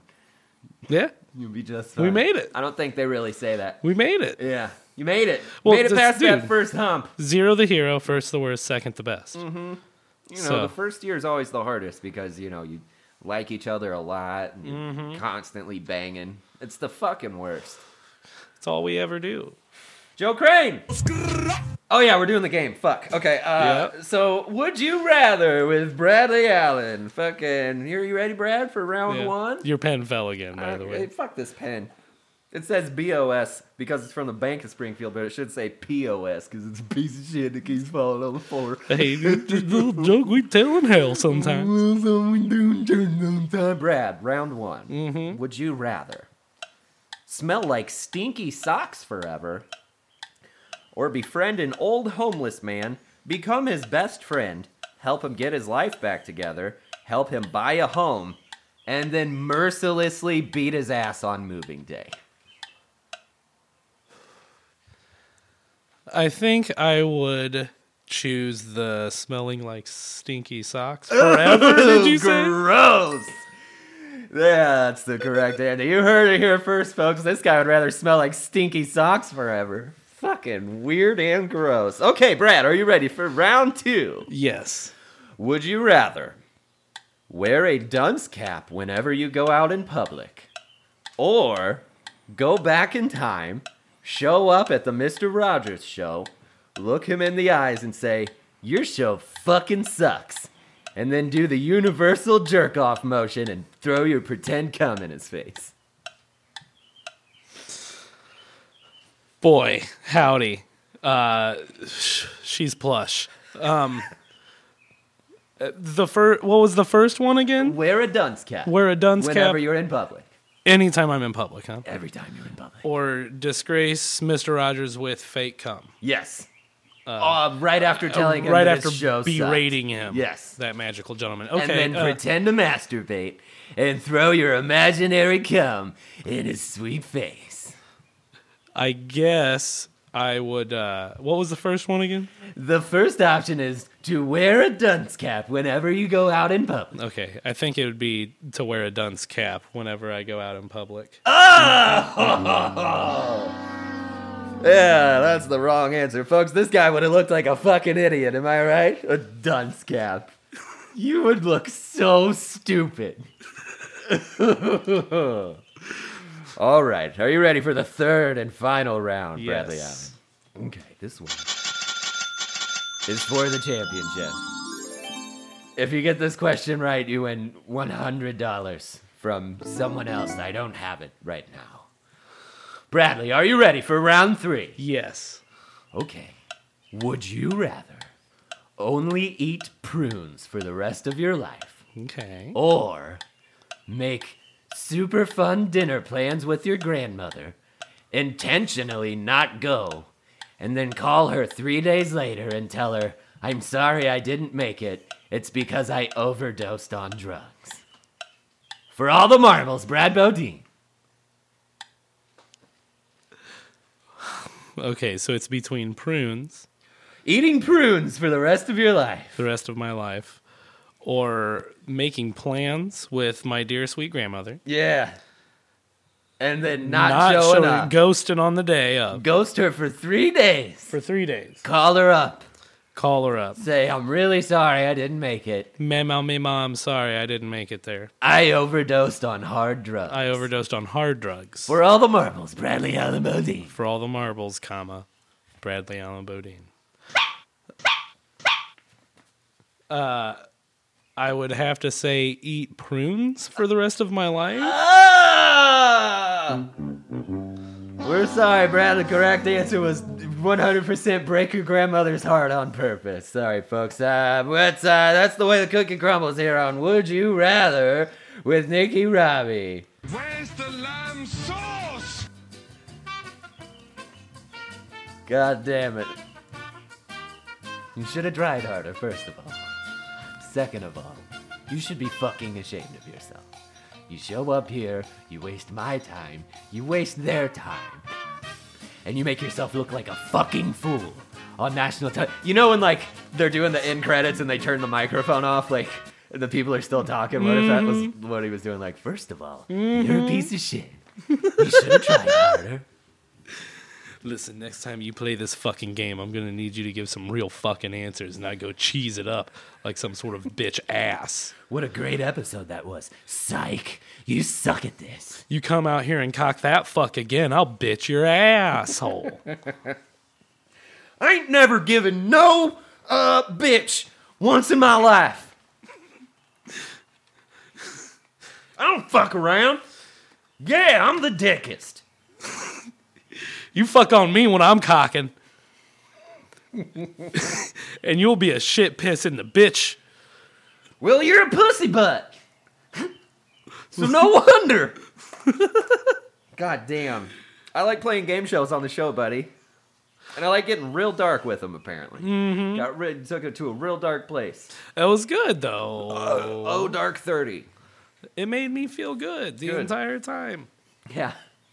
S1: Yeah.
S2: You'll be just
S1: We
S2: fine.
S1: made it.
S2: I don't think they really say that.
S1: We made it.
S2: Yeah. You made it.
S1: Well,
S2: made it
S1: this-
S2: past that
S1: dude,
S2: first hump.
S1: Zero the hero, first the worst, second the best.
S2: Mm-hmm. You know,
S1: So-
S2: the first year is always the hardest because, you know, you like each other a lot and you're constantly banging. It's the fucking worst.
S1: It's all we ever do.
S2: Joe Crane! Oh, yeah, we're doing the game. Fuck. Okay. Uh, So, would you rather with Bradley Allen? Fucking. Here, you ready, Brad, for round
S1: Yeah.
S2: one?
S1: Your pen fell again, by the
S2: Uh,
S1: way.
S2: hey, fuck this pen. It says BOS because it's from the Bank of Springfield, but it should say POS because it's a piece of shit that keeps falling on the floor.
S1: hey, this this little joke we tell in hell sometimes.
S2: Brad, round one. Would you rather smell like stinky socks forever or befriend an old homeless man, become his best friend, help him get his life back together, help him buy a home, and then mercilessly beat his ass on moving day?
S1: I think I would choose the smelling like stinky socks
S2: Oh,
S1: forever. did you say?
S2: Gross. That's the correct answer. You heard it here first, folks. This guy would rather smell like stinky socks forever. Fucking weird and gross. Okay, Brad, are you ready for round two?
S1: Yes.
S2: Would you rather wear a dunce cap whenever you go out in public or go back in time, show up at the Mr. Rogers show, look him in the eyes and say, Your show fucking sucks. And then do the universal jerk off motion and throw your pretend cum in his face.
S1: Boy, howdy. Uh, sh- she's plush. Um, uh, the first, what was the first one again?
S2: Wear a dunce cap.
S1: Wear a dunce
S2: Whenever
S1: cap
S2: you're in public.
S1: Anytime I'm in public, huh?
S2: Every time you're in public.
S1: Or disgrace Mr. Rogers with fake cum.
S2: Yes. Uh, right after telling him
S1: right
S2: that
S1: after
S2: his show sucked.
S1: berating him.
S2: Yes.
S1: that magical gentleman.
S2: And
S1: Okay,
S2: then
S1: uh,
S2: pretend to masturbate and throw your imaginary cum in his sweet face.
S1: I guess I would. Uh, what was the first one again?
S2: The first option is to wear a dunce cap whenever you go out in public.
S1: Okay, I think it would be to wear a dunce cap whenever I go out in public. Oh!
S2: Yeah, that's the wrong answer, folks. This guy would have looked like a fucking idiot, am I right? A dunce cap. You would look so stupid. All right, are you ready for the third and final round, Bradley Allen?
S1: Yes.
S2: Okay, this one is for the championship. If you get this question right, you win $100 from someone else. I don't have it right now. Bradley, are you ready for round three?
S1: Yes.
S2: Okay. Would you rather only eat prunes for the rest of your life
S1: Okay.
S2: or make super fun dinner plans with your grandmother, intentionally not go, and then call her three days later and tell her, I'm sorry I didn't make it. It's because I overdosed on drugs. For all the marbles, Brad Bodine.
S1: Okay, so it's between prunes
S2: Eating prunes for the rest of your life.
S1: the rest of my life, or making plans with my dear sweet grandmother.
S2: Yeah. And then not, showing,
S1: showing-
S2: up.
S1: ghosting on the day of.
S2: Ghost her for three days.
S1: For three days.
S2: Call her up.
S1: Call her up.
S2: Say, I'm really sorry I didn't make it.
S1: Ma'am, oh, ma'am, I'm sorry I didn't make it there.
S2: I overdosed on hard drugs.
S1: I overdosed on hard drugs.
S2: For all the marbles, Bradley Allen Bodine.
S1: For all the marbles, comma, Bradley Allen Bodine. Uh, I would have to say eat prunes for the rest of my life.
S2: Ah! We're sorry, Brad. The correct answer was 100% break your grandmother's heart on purpose. Sorry, folks. Uh, but uh, that's the way the cookie crumbles here on Would You Rather with Nikki Robbie.
S15: Where's the lamb sauce?
S2: God damn it. You should have tried harder, first of all. Second of all, you should be fucking ashamed of yourself. You show up here, you waste my time, you waste their time, and you make yourself look like a fucking fool on national television. You know when, like, they're doing the end credits and they turn the microphone off, like, the people are still talking? What if that was what he was doing? Like, first of all, you're a piece of shit. You should have tried harder.
S1: Listen, next time you play this fucking game, I'm gonna need you to give some real fucking answers, and I go cheese it up like some sort of bitch ass.
S2: What a great episode that was. Psych, you suck at this.
S1: You come out here and cock that fuck again, I'll bitch your asshole.
S2: I ain't never given no uh bitch once in my life. I don't fuck around. Yeah, I'm the dickest.
S1: You fuck on me when I'm cocking. and you'll be a shit piss in the bitch.
S2: Well, you're a pussy butt. so no wonder. God damn. I like playing game shows on the show, buddy. And I like getting real dark with them, apparently. Got rid, took it to a real dark place.
S1: That was good though.
S2: Oh, Dark 30.
S1: It made me feel good the
S2: Good.
S1: entire time.
S2: Yeah.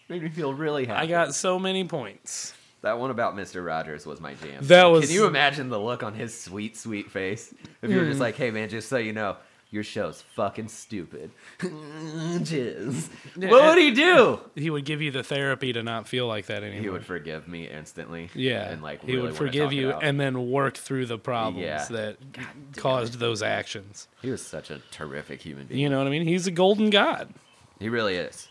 S2: Made me feel really happy.
S1: I got so many points.
S2: that one about Mr. Rogers was my jam.
S1: That was-
S2: Can you imagine the look on his sweet, sweet face? If you were
S1: Hmm.
S2: just like, hey man, just so you know, your show's fucking stupid. Jizz. what would he do?
S1: He would give you the therapy to not feel like that anymore.
S2: He would forgive me instantly.
S1: yeah,
S2: And like
S1: he
S2: really
S1: would
S2: wanna
S1: forgive
S2: talk it
S1: you
S2: out.
S1: and then work through the problems
S2: Yeah.
S1: that caused those actions.
S2: he was such a terrific human being.
S1: You know what I mean? He's a golden god.
S2: He really is.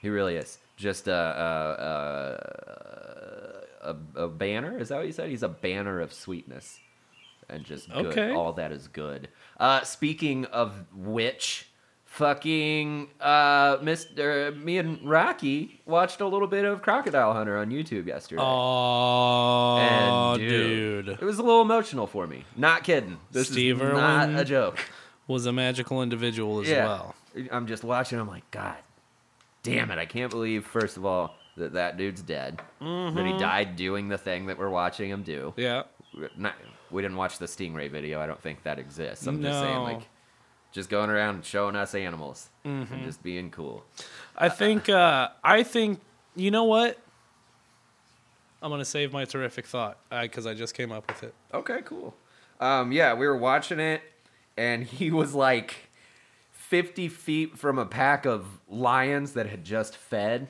S2: He really is. Just a a, a, a, a banner. Is that what you said? He's a banner of sweetness, and just good.
S1: Okay.
S2: All that is good. Uh, speaking of which, fucking uh, Mister, me and Rocky watched a little bit of Crocodile Hunter on YouTube yesterday.
S1: Oh,
S2: And,
S1: dude.
S2: it was a little emotional for me. Not kidding. This
S1: Steve
S2: is not
S1: Irwin.
S2: a joke.
S1: Was a magical individual as well.
S2: I'm just watching. I'm like, God damn it, I can't believe, first of all, that that dude's dead. That he
S1: Mhm.
S2: died doing the thing that we're watching him do.
S1: Yeah.
S2: Not, we didn't watch the Stingray video. I don't think that exists. I'm just saying,
S1: No.
S2: like, just going around and showing us animals and
S1: Mhm.
S2: just being cool.
S1: I think. Uh, I think. You know what? I'm gonna save my terrific thought because I just came up with it.
S2: Okay, cool. Um, yeah, we were watching it, and he was like 50 feet from a pack of lions that had just fed.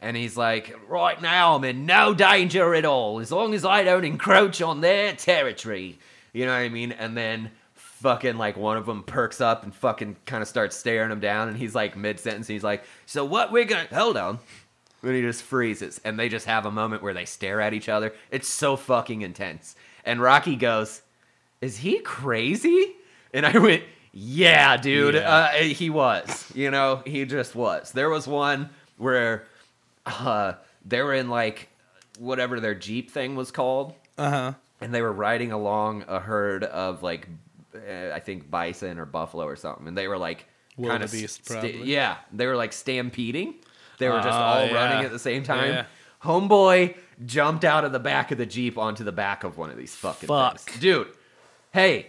S2: And he's like, Right now, I'm in no danger at all, as long as I don't encroach on their territory. You know what I mean? And then fucking like one of them perks up and fucking kind of starts staring him down. And he's like mid sentence, he's like, So what we're gonna. Hold on. And he just freezes. And they just have a moment where they stare at each other. It's so fucking intense. And Rocky goes, Is he crazy? And I went, Yeah, dude.
S11: Yeah.
S2: Uh, he was. You know, he just was. There was one where uh, they were in like whatever their Jeep thing was called.
S1: Uh huh.
S2: And they were riding along a herd of like, uh, I think bison or buffalo or something. And they were like, kind of
S1: Wildebeest,
S2: st-
S1: probably.
S2: yeah, they were like stampeding. They were just
S1: Ah,
S2: all
S1: yeah.
S2: running at the same time.
S1: Yeah.
S2: Homeboy jumped out of the back of the jeep onto the back of one of these fucking
S1: Fuck.
S2: things. dude. Hey,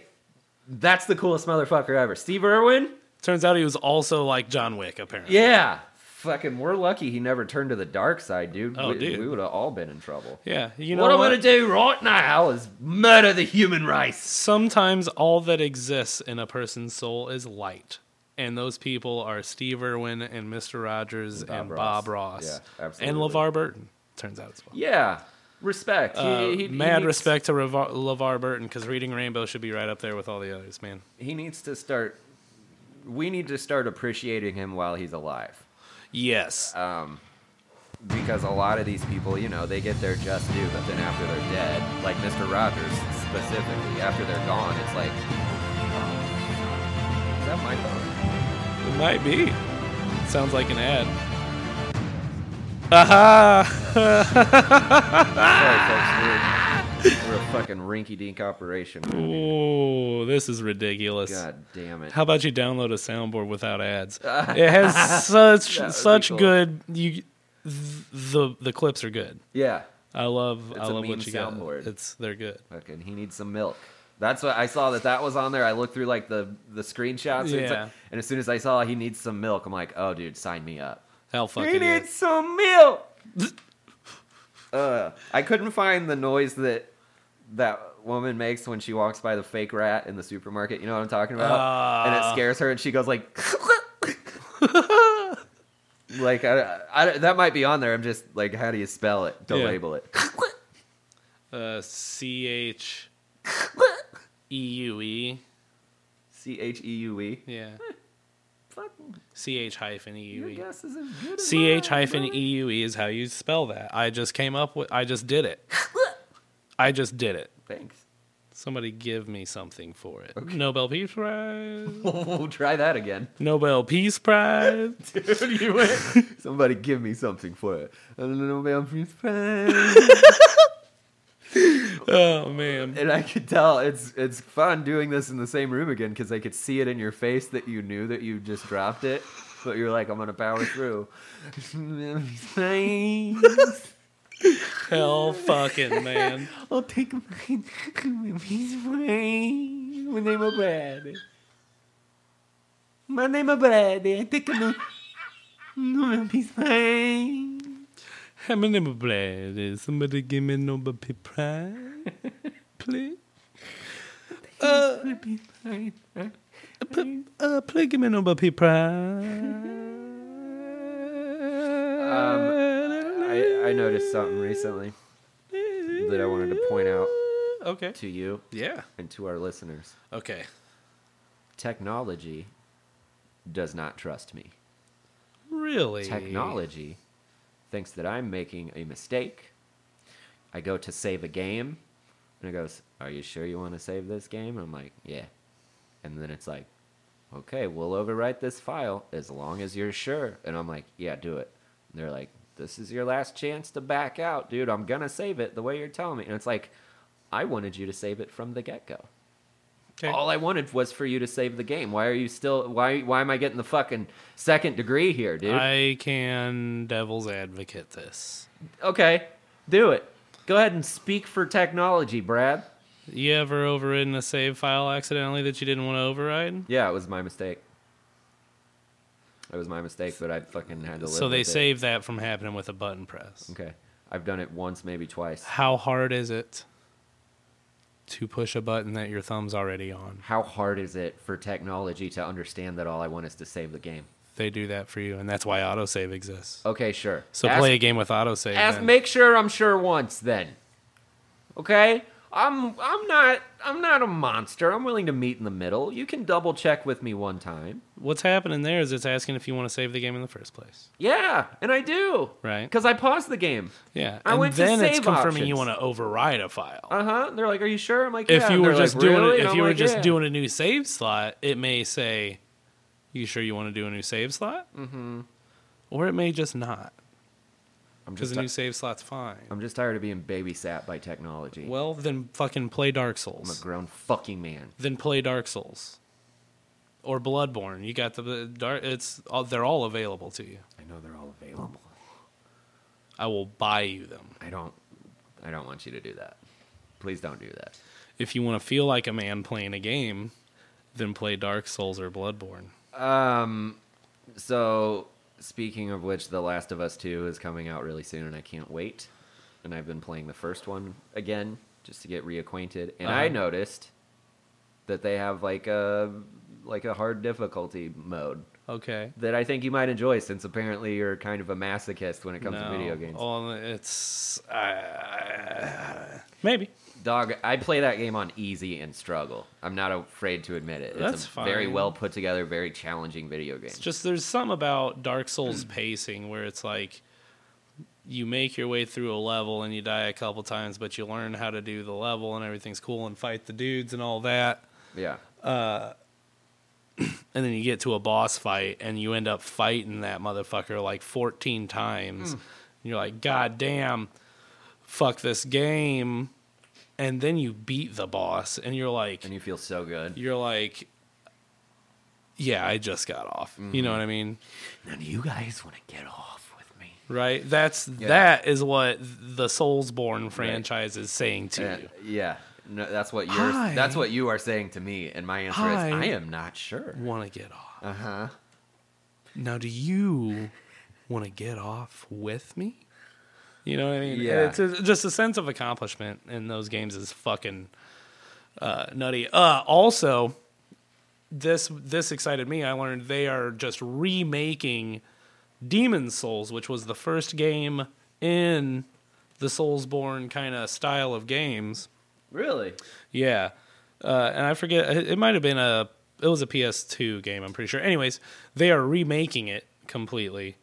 S2: that's the coolest motherfucker ever, Steve Irwin.
S1: Turns out he was also like John Wick, apparently.
S2: Yeah, fucking, we're lucky he never turned to the dark side, dude.
S1: Oh,
S2: we,
S1: dude.
S2: we would have all been in trouble.
S1: Yeah, you know
S2: what,
S1: what?
S2: I'm gonna do right now is murder the human race.
S1: Sometimes all that exists in a person's soul is light. And those people are Steve Irwin and Mr. Rogers and,
S2: Bob Ross.
S1: Bob Ross.
S2: Yeah,
S1: And
S2: absolutely.
S1: LeVar Burton, turns out as well.
S2: Yeah, respect. He-
S1: Uh,
S2: he- he
S1: mad
S2: needs-
S1: respect to Revar- LeVar Burton because Reading Rainbow should be right up there with all the others, man.
S2: He needs to start. We need to start appreciating him while he's alive.
S1: Yes.
S2: Um, because a lot of these people, you know, they get their just due, but then after they're dead, like Mr. Rogers specifically, after they're gone, it's like, oh, is that my phone?
S1: It might be. Sounds like an ad. Aha!
S2: Sorry, folks. We're, we're a fucking rinky-dink operation.
S1: Oh, this is ridiculous.
S2: God damn it.
S1: How about you download a soundboard without ads? it has such
S2: That would be
S1: such
S2: cool.
S1: good you th- the the clips are good.
S2: Yeah.
S1: I love
S2: It's
S1: I
S2: a
S1: love
S2: mean
S1: what you
S2: soundboard.
S1: got. It's they're good.
S2: Fucking, he needs some milk. That's what I saw that that was on there. I looked through like the the screenshots, and, it's like-
S1: Yeah.
S2: and as soon as I saw he needs some milk, I'm like, oh dude, sign me up.
S1: Hell
S2: He
S1: fucking e-,
S2: needs some milk. uh, I couldn't find the noise that that woman makes when she walks by the fake rat in the supermarket. You know what I'm talking about? and it
S1: Ah.
S2: scares her, and she goes like, like I, I- that might be on there. I'm just like, how do you spell it? Don't
S1: Yeah.
S2: label it.
S1: Uh C H E U E.
S2: C H E U E.
S1: Yeah. C H hyphen E U
S2: Your
S1: E.
S2: guess is as good as
S1: C H
S2: mine,
S1: hyphen
S2: buddy.
S1: E U E is how you spell that. I just came up with I just did it. I just did it.
S2: Thanks.
S1: Somebody give me something for it. Nobel Peace Prize.
S2: we'll try that again.
S1: Nobel Peace Prize.
S2: Dude, you went. Somebody give me something for it. I don't know, man. Prince Prince.
S1: oh man!
S2: And I could tell it's it's fun doing this in the same room again because I could see it in your face that you knew that you just dropped it, but you're like, I'm gonna power through.
S1: Hell fucking man.
S2: I'll take my piece of bread. My name of bread. My name of bread. I take a no piece of bread.
S1: How many more bread is somebody give me Nobel Peace Prize? Please. Uh, pl- uh, please give me Nobel Peace Prize.
S2: Um, I, I noticed something recently that I wanted to point out
S1: Okay.
S2: to you
S1: Yeah.
S2: and to our listeners.
S1: Okay.
S2: Technology does not trust me.
S1: Really?
S2: Technology thinks that I'm making a mistake. I go to save a game, and it goes, Are you sure you want to save this game? I'm like, Yeah. And then it's like, Okay, we'll overwrite this file as long as you're sure. And I'm like, Yeah, do it. And they're like, This is your last chance to back out, dude. I'm going to save it the way you're telling me. And it's like, I wanted you to save it from the get go. All I wanted was for you to save the game. Why are you still? Why why am I getting the fucking second degree here, dude?
S1: I can devil's advocate this.
S2: okay, do it. Go ahead and speak for technology, Brad.
S1: You ever overridden a save file accidentally that you didn't want to override?
S2: Yeah, it was my mistake. It was my mistake, but I fucking had to live.
S1: So they
S2: with it.
S1: save that from happening with a button press.
S2: Okay, I've done it once, maybe twice.
S1: How hard is it to push a button that your thumb's already on?
S2: How hard is it for technology to understand that all I want is to save the game?
S1: They do that for you, and that's why autosave exists.
S2: Okay, sure.
S1: So
S2: Ask-
S1: play a game with autosave.
S2: Ask,
S1: then.
S2: make sure I'm sure once then. Okay? I'm I'm not I'm not a monster. I'm willing to meet in the middle. You can double check with me one time.
S1: What's happening there is it's asking if you want to save the game in the first place,
S2: Yeah, and I do.
S1: right?
S2: Cuz I paused the game.
S1: Yeah,
S2: I
S1: and
S2: went to
S1: then it's
S2: save
S1: confirming
S2: options.
S1: you want to override a file.
S2: Uh-huh. They're like, "Are you sure?" I'm like,
S1: if
S2: "Yeah."
S1: you
S2: And
S1: were
S2: they're
S1: just
S2: like,
S1: doing
S2: "Really?"
S1: if
S2: And I'm
S1: you were
S2: like,
S1: just
S2: "Yeah."
S1: doing a new save slot, it may say, "You sure you want to do a new save slot?" Mm-hmm. Or it may just not
S2: I'm
S1: because
S2: just
S1: a new
S2: ti-
S1: save slot's fine.
S2: I'm just tired of being babysat by technology.
S1: Well, then fucking play Dark
S2: I'm a
S1: Souls.
S2: grown fucking man.
S1: Then play Dark Souls or Bloodborne. You got the, the dark. It's all, they're all available to you.
S2: I know they're all available.
S1: I will buy you them
S2: I don't I don't want you to do that. Please don't do that.
S1: if you want to feel like a man playing a game. Then play Dark Souls or Bloodborne.
S2: Um, so speaking of which, The Last of Us Two is coming out really soon, and I can't wait. And I've been playing the first one again just to get reacquainted, and I
S11: Uh-huh.
S2: noticed that they have like a like a hard difficulty mode
S1: Okay.
S2: that I think you might enjoy, since apparently you're kind of a masochist when it comes
S1: No. Oh.
S2: to video games.
S1: All- it's uh, maybe.
S2: Dog, I play that game on easy and struggle. I'm not afraid to admit it. It's
S1: That's
S2: a very
S1: fine.
S2: well put together, very challenging video game.
S1: It's just there's something about Dark Souls pacing where it's like you make your way through a level and you die a couple times, but you learn how to do the level and everything's cool and fight the dudes and all that.
S2: yeah.
S1: Uh, and then you get to a boss fight and you end up fighting that motherfucker like 14 times.
S2: Hmm.
S1: And you're like, God damn, fuck this game. And then you beat the boss and you're like,
S2: And you feel so good.
S1: you're like, yeah, I just got off. You know what I mean?
S2: Mm-hmm. None of you guys want to get off with me.
S1: Right? That's
S2: Yeah.
S1: that is what the Soulsborne franchise is saying to
S2: Uh,
S1: you.
S2: yeah, no, that's what you're.
S1: Hi.
S2: That's what you are saying to me, and my answer
S1: Hi.
S2: is, I am not sure.
S1: Want to get off.
S2: Uh huh.
S1: Now do you want to get off with me? You know what I mean?
S2: Yeah.
S1: It's a, just a sense of accomplishment in those games is fucking uh, nutty. Uh, also, this this excited me. I learned they are just remaking Demon Souls, which was the first game in the Soulsborne kind of style of games.
S2: Really?
S1: Yeah, uh, and I forget. It it might have been a. It was a PS2 game. I'm pretty sure. Anyways, they are remaking it completely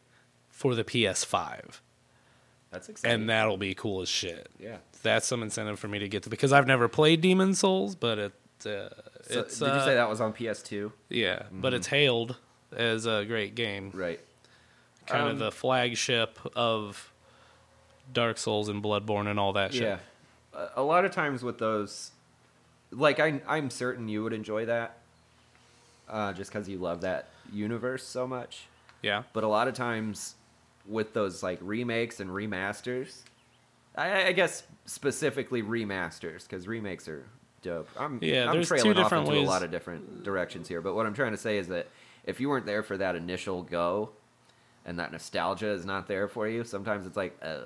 S1: for the PS5,
S2: That's exciting.
S1: and that'll be cool as shit.
S2: yeah.
S1: That's some incentive for me to get to because I've never played Demon Souls, but it. Uh,
S2: So,
S1: it's,
S2: did you
S1: uh,
S2: say that was on PS2?
S1: Yeah, but
S2: Mhm.
S1: it's hailed as a great game.
S2: Right.
S1: Kind
S2: Um,
S1: of the flagship of Dark Souls and Bloodborne and all that shit.
S2: Yeah. A- A lot of times with those, like I, I'm certain you would enjoy that, uh, just because you love that universe so much.
S1: Yeah.
S2: But a lot of times with those like remakes and remasters, I, I guess specifically remasters because remakes are dope. I'm,
S1: Yeah,
S2: I'm
S1: there's two
S2: trailing off
S1: different
S2: into
S1: ways-
S2: a lot of different directions here. But what I'm trying to say is that if you weren't there for that initial go, and that nostalgia is not there for you, sometimes it's like, uh,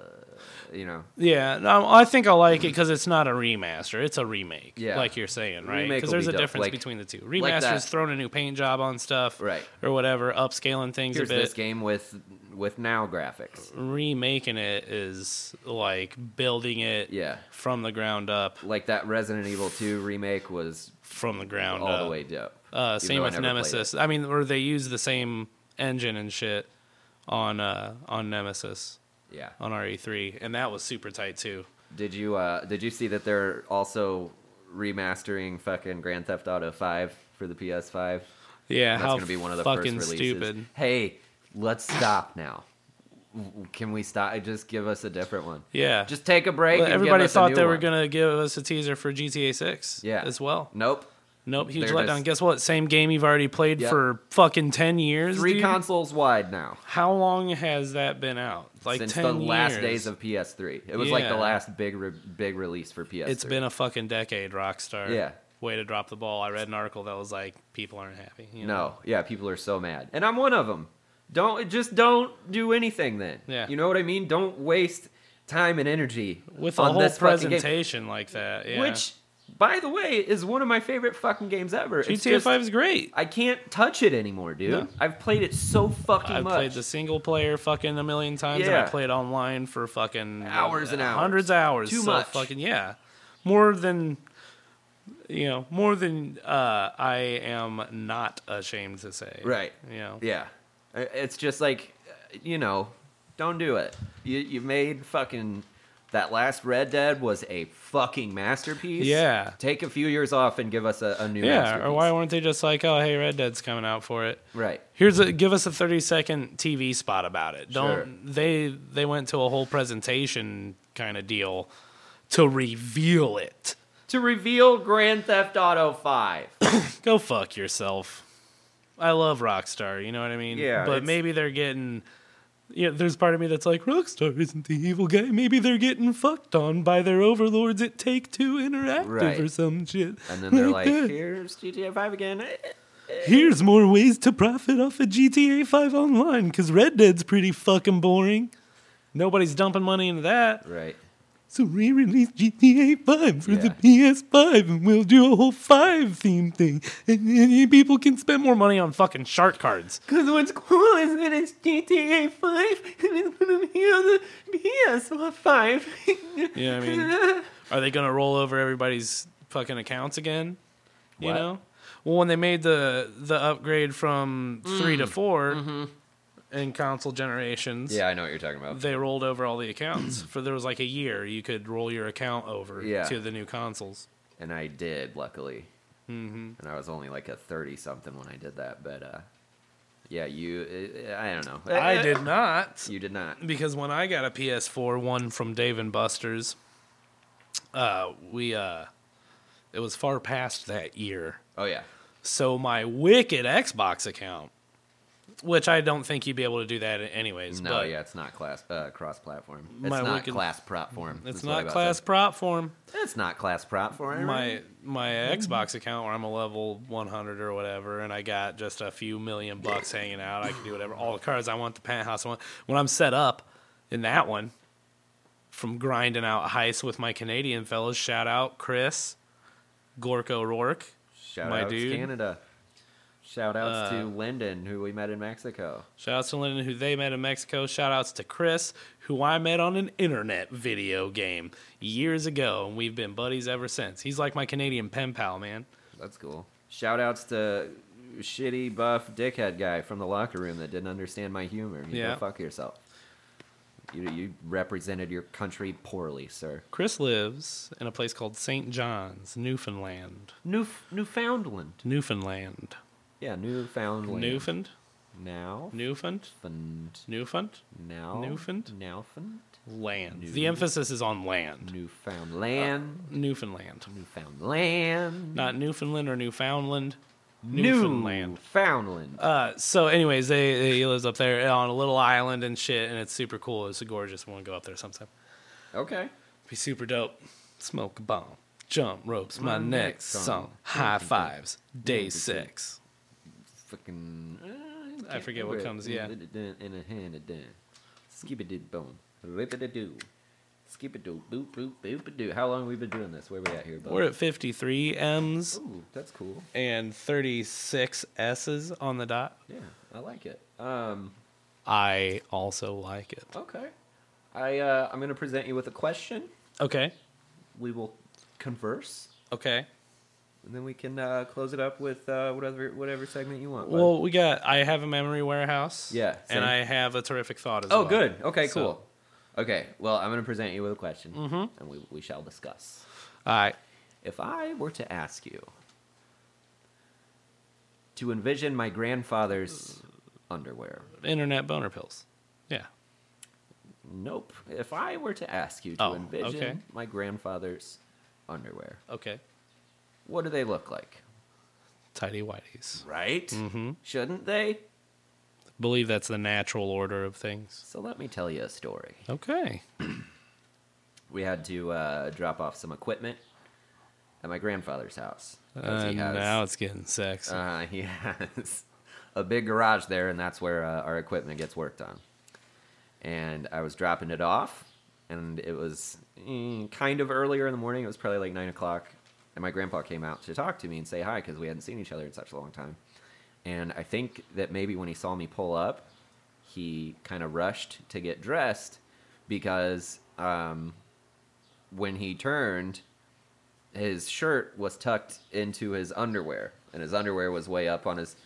S2: you know,
S1: Yeah, no, I think I like it because it's not a remaster; it's a remake.
S2: Yeah.
S1: like you're saying, right?
S2: Remake
S1: Because
S2: will
S1: there's
S2: be
S1: a
S2: dope,
S1: difference
S2: like-
S1: between the two.
S2: like
S1: Remasters
S2: that.
S1: throwing a new paint job on stuff,
S2: Right.
S1: or whatever, upscaling things
S2: here's
S1: a bit.
S2: this game with with now graphics.
S1: Remaking it is like building it
S2: Yeah,
S1: from the ground up,
S2: like that Resident Evil 2 remake was
S1: from the ground
S2: all
S1: up.
S2: the way dope.
S1: Uh,
S2: even
S1: same
S2: though I
S1: with
S2: never played it.
S1: Nemesis. I mean, or they use the same engine and shit on uh, on Nemesis
S2: Yeah.
S1: on RE3, and that was super tight too.
S2: Did you uh did you see that they're also remastering fucking Grand Theft Auto 5 for the PS5?
S1: Yeah,
S2: That's
S1: how
S2: gonna be one of the
S1: fucking
S2: first releases.
S1: stupid.
S2: Hey, let's stop now. W- Can we stop? Just give us a different one.
S1: Yeah.
S2: Just take a break.
S1: Well,
S2: and give
S1: everybody
S2: us a
S1: thought
S2: new
S1: they were
S2: one.
S1: going to give us a teaser for GTA 6
S2: Yeah.
S1: as well.
S2: Nope.
S1: Nope, huge
S2: There it is.
S1: letdown. Guess what? Same game you've already played
S2: Yep.
S1: for fucking ten years.
S2: Three
S1: dude.
S2: consoles wide now.
S1: How long has that been out? Like
S2: since
S1: 10
S2: the last
S1: years.
S2: days of PS3. It was like the
S1: Yeah.
S2: last big re- big release for PS3.
S1: It's been a fucking decade, Rockstar.
S2: Yeah.
S1: Way to drop the ball. I read an article that was like, people aren't happy. you know?
S2: no, yeah, people are so mad, and I'm one of them. Don't just don't do anything then.
S1: Yeah.
S2: you know what I mean. Don't waste time and energy
S1: With a
S2: on
S1: whole
S2: this fucking game,
S1: presentation like that. Yeah.
S2: which, by the way, is one of my favorite fucking games ever. It's
S1: GTA
S2: just-
S1: 5 is great.
S2: I can't touch it anymore, dude.
S1: No.
S2: I've played it so fucking
S1: I've
S2: much.
S1: played the single player fucking a million times, and I
S2: Yeah.
S1: played online for fucking uh,
S2: Hours and hours.
S1: hundreds of hours.
S2: Too
S1: so
S2: much.
S1: Fucking yeah, more than you know, more than uh, I am not ashamed to say.
S2: Right.
S1: You know.
S2: Yeah. I- It's just like, uh, you know, don't do it. You you made fucking that last Red Dead was a fucking masterpiece.
S1: Yeah.
S2: Take a few years off and give us a, a new
S1: Yeah,
S2: masterpiece.
S1: or why weren't they just like, oh, hey, Red Dead's coming out for it?
S2: Right.
S1: Here's a give us a thirty second TV spot about it. Don't they? They went to a whole presentation kind of deal to reveal it.
S2: To reveal Grand Theft Auto 5.
S1: Go fuck yourself. I love Rockstar. You know what I mean?
S2: Yeah,
S1: But
S2: it's-
S1: maybe they're getting. Yeah, there's part of me that's like Rockstar isn't the evil guy. Maybe they're getting fucked on by their overlords at Take Two Interactive
S2: Right.
S1: or some shit.
S2: And then they're like,
S1: that.
S2: here's GTA 5 again. Eh,
S1: Here's more ways to profit off of GTA 5 online because Red Dead's pretty fucking boring. Nobody's dumping money into that.
S2: Right.
S1: So re release GTA 5 for
S2: Yeah.
S1: the PS5 and we'll do a whole 5 theme thing. And, and you people can spend more money on fucking shark cards.
S2: Because what's cool is that it's GTA 5 and it's going to be on the PS5.
S1: Yeah, I mean, are they going to roll over everybody's fucking accounts again? You
S2: What?
S1: know? Well, when they made the, the upgrade from 3 to 4 in console generations.
S2: yeah, I know what you're talking about.
S1: they rolled over all the accounts for there was like a year you could roll your account over
S2: Yeah.
S1: to the new consoles
S2: and I did, luckily.
S1: mm-hmm.
S2: and I was only like a thirty something when I did that. But uh, yeah, you, uh, I don't know.
S1: i did not
S2: You did not.
S1: because when i got a ps4 one from dave and buster's uh we uh it was far past that year
S2: Oh yeah,
S1: so my wicked xbox account which i don't think you'd be able to do that anyways
S2: no,
S1: but
S2: yeah, it's not class uh, cross platform. It's
S1: My
S2: not
S1: wicked-
S2: class platform.
S1: it's
S2: That's what I
S1: not
S2: about
S1: class prop form
S2: said. It's not class platform.
S1: my my Xbox account where I'm a level 100 or whatever, and I got just a few million bucks hanging out. I can do whatever, all the cards I want, the penthouse I want. When I'm set up in that one, from grinding out heists with my Canadian fellas, shout out Chris, Gorko O'Rourke,
S2: shout
S1: my
S2: outs
S1: dude.
S2: Canada. Shout outs
S1: Uh,
S2: to Lyndon, who we met in Mexico.
S1: Shout outs to Lyndon, who they met in Mexico. Shout outs to Chris, who I met on an internet video game years ago, and we've been buddies ever since. He's like my Canadian pen pal, man.
S2: That's cool. Shout outs to shitty buff dickhead guy from the locker room that didn't understand my humor. You
S1: Yeah.
S2: go fuck yourself. You, you represented your country poorly, sir.
S1: Chris lives in a place called St. John's, Newfoundland.
S2: Newf- Newfoundland.
S1: Newfoundland.
S2: Yeah, Newfoundland.
S1: Newfund?
S2: Now.
S1: Newfund?
S2: Newfound.
S1: Newfund?
S2: Now.
S1: Newfound?
S2: Nowfound.
S1: Land.
S2: New-
S1: The emphasis is on land.
S2: Newfoundland.
S1: Newfoundland.
S2: Newfoundland.
S1: Not Newfoundland or Newfoundland. Newfoundland.
S2: Newfoundland.
S1: Uh, so, anyways, they, they, he lives up there on a little island and shit, and it's super cool. It's gorgeous. We want to go up there sometime.
S2: Okay.
S1: Be super dope. Smoke a bomb. Jump ropes. My,
S2: My
S1: next song.
S2: next song.
S1: High fives. Day six.
S2: Fucking. uh,
S1: I
S2: can't
S1: forget what
S2: remember it.
S1: comes, yeah.
S2: In a hand a dun. Skip a did bone. Rip a doo. Skip a doo. Boop boop boop a doo. How long we been doing this? Where we at here, bud?
S1: We're at 53 M's.
S2: Ooh, that's cool.
S1: and 36 S's on the dot.
S2: Yeah, I like it. Um.
S1: I also like it.
S2: Okay. I uh, I'm gonna present you with a question.
S1: Okay.
S2: We will converse.
S1: Okay.
S2: And then we can uh, close it up with uh, whatever whatever segment you want. bud.
S1: Well, we got I have a memory warehouse.
S2: Yeah, same.
S1: And I have a terrific thought as
S2: oh,
S1: well.
S2: good. Okay,
S1: So,
S2: cool. Okay, well, I'm going to present you with a question,
S1: Mhm.
S2: and we, we shall discuss.
S1: All right.
S2: If I were to ask you to envision my grandfather's underwear,
S1: Internet boner pills. Yeah.
S2: nope. If I were to ask you to
S1: Oh,
S2: envision
S1: okay.
S2: my grandfather's underwear,
S1: Okay.
S2: what do they look like?
S1: tidy whities.
S2: Right?
S1: Mm-hmm.
S2: Shouldn't they?
S1: Believe that's the natural order of things.
S2: So let me tell you a story.
S1: Okay.
S2: We had to uh, drop off some equipment at my grandfather's house. 'cause
S1: Uh,
S2: he has-
S1: now it's getting sexy.
S2: Uh, he has a big garage there, and that's where uh, our equipment gets worked on. And I was dropping it off, and it was mm, kind of earlier in the morning. It was probably like nine o'clock, and my grandpa came out to talk to me and say hi because we hadn't seen each other in such a long time. And I think that maybe when he saw me pull up, he kind of rushed to get dressed because um, when he turned, his shirt was tucked into his underwear, and his underwear was way up on his.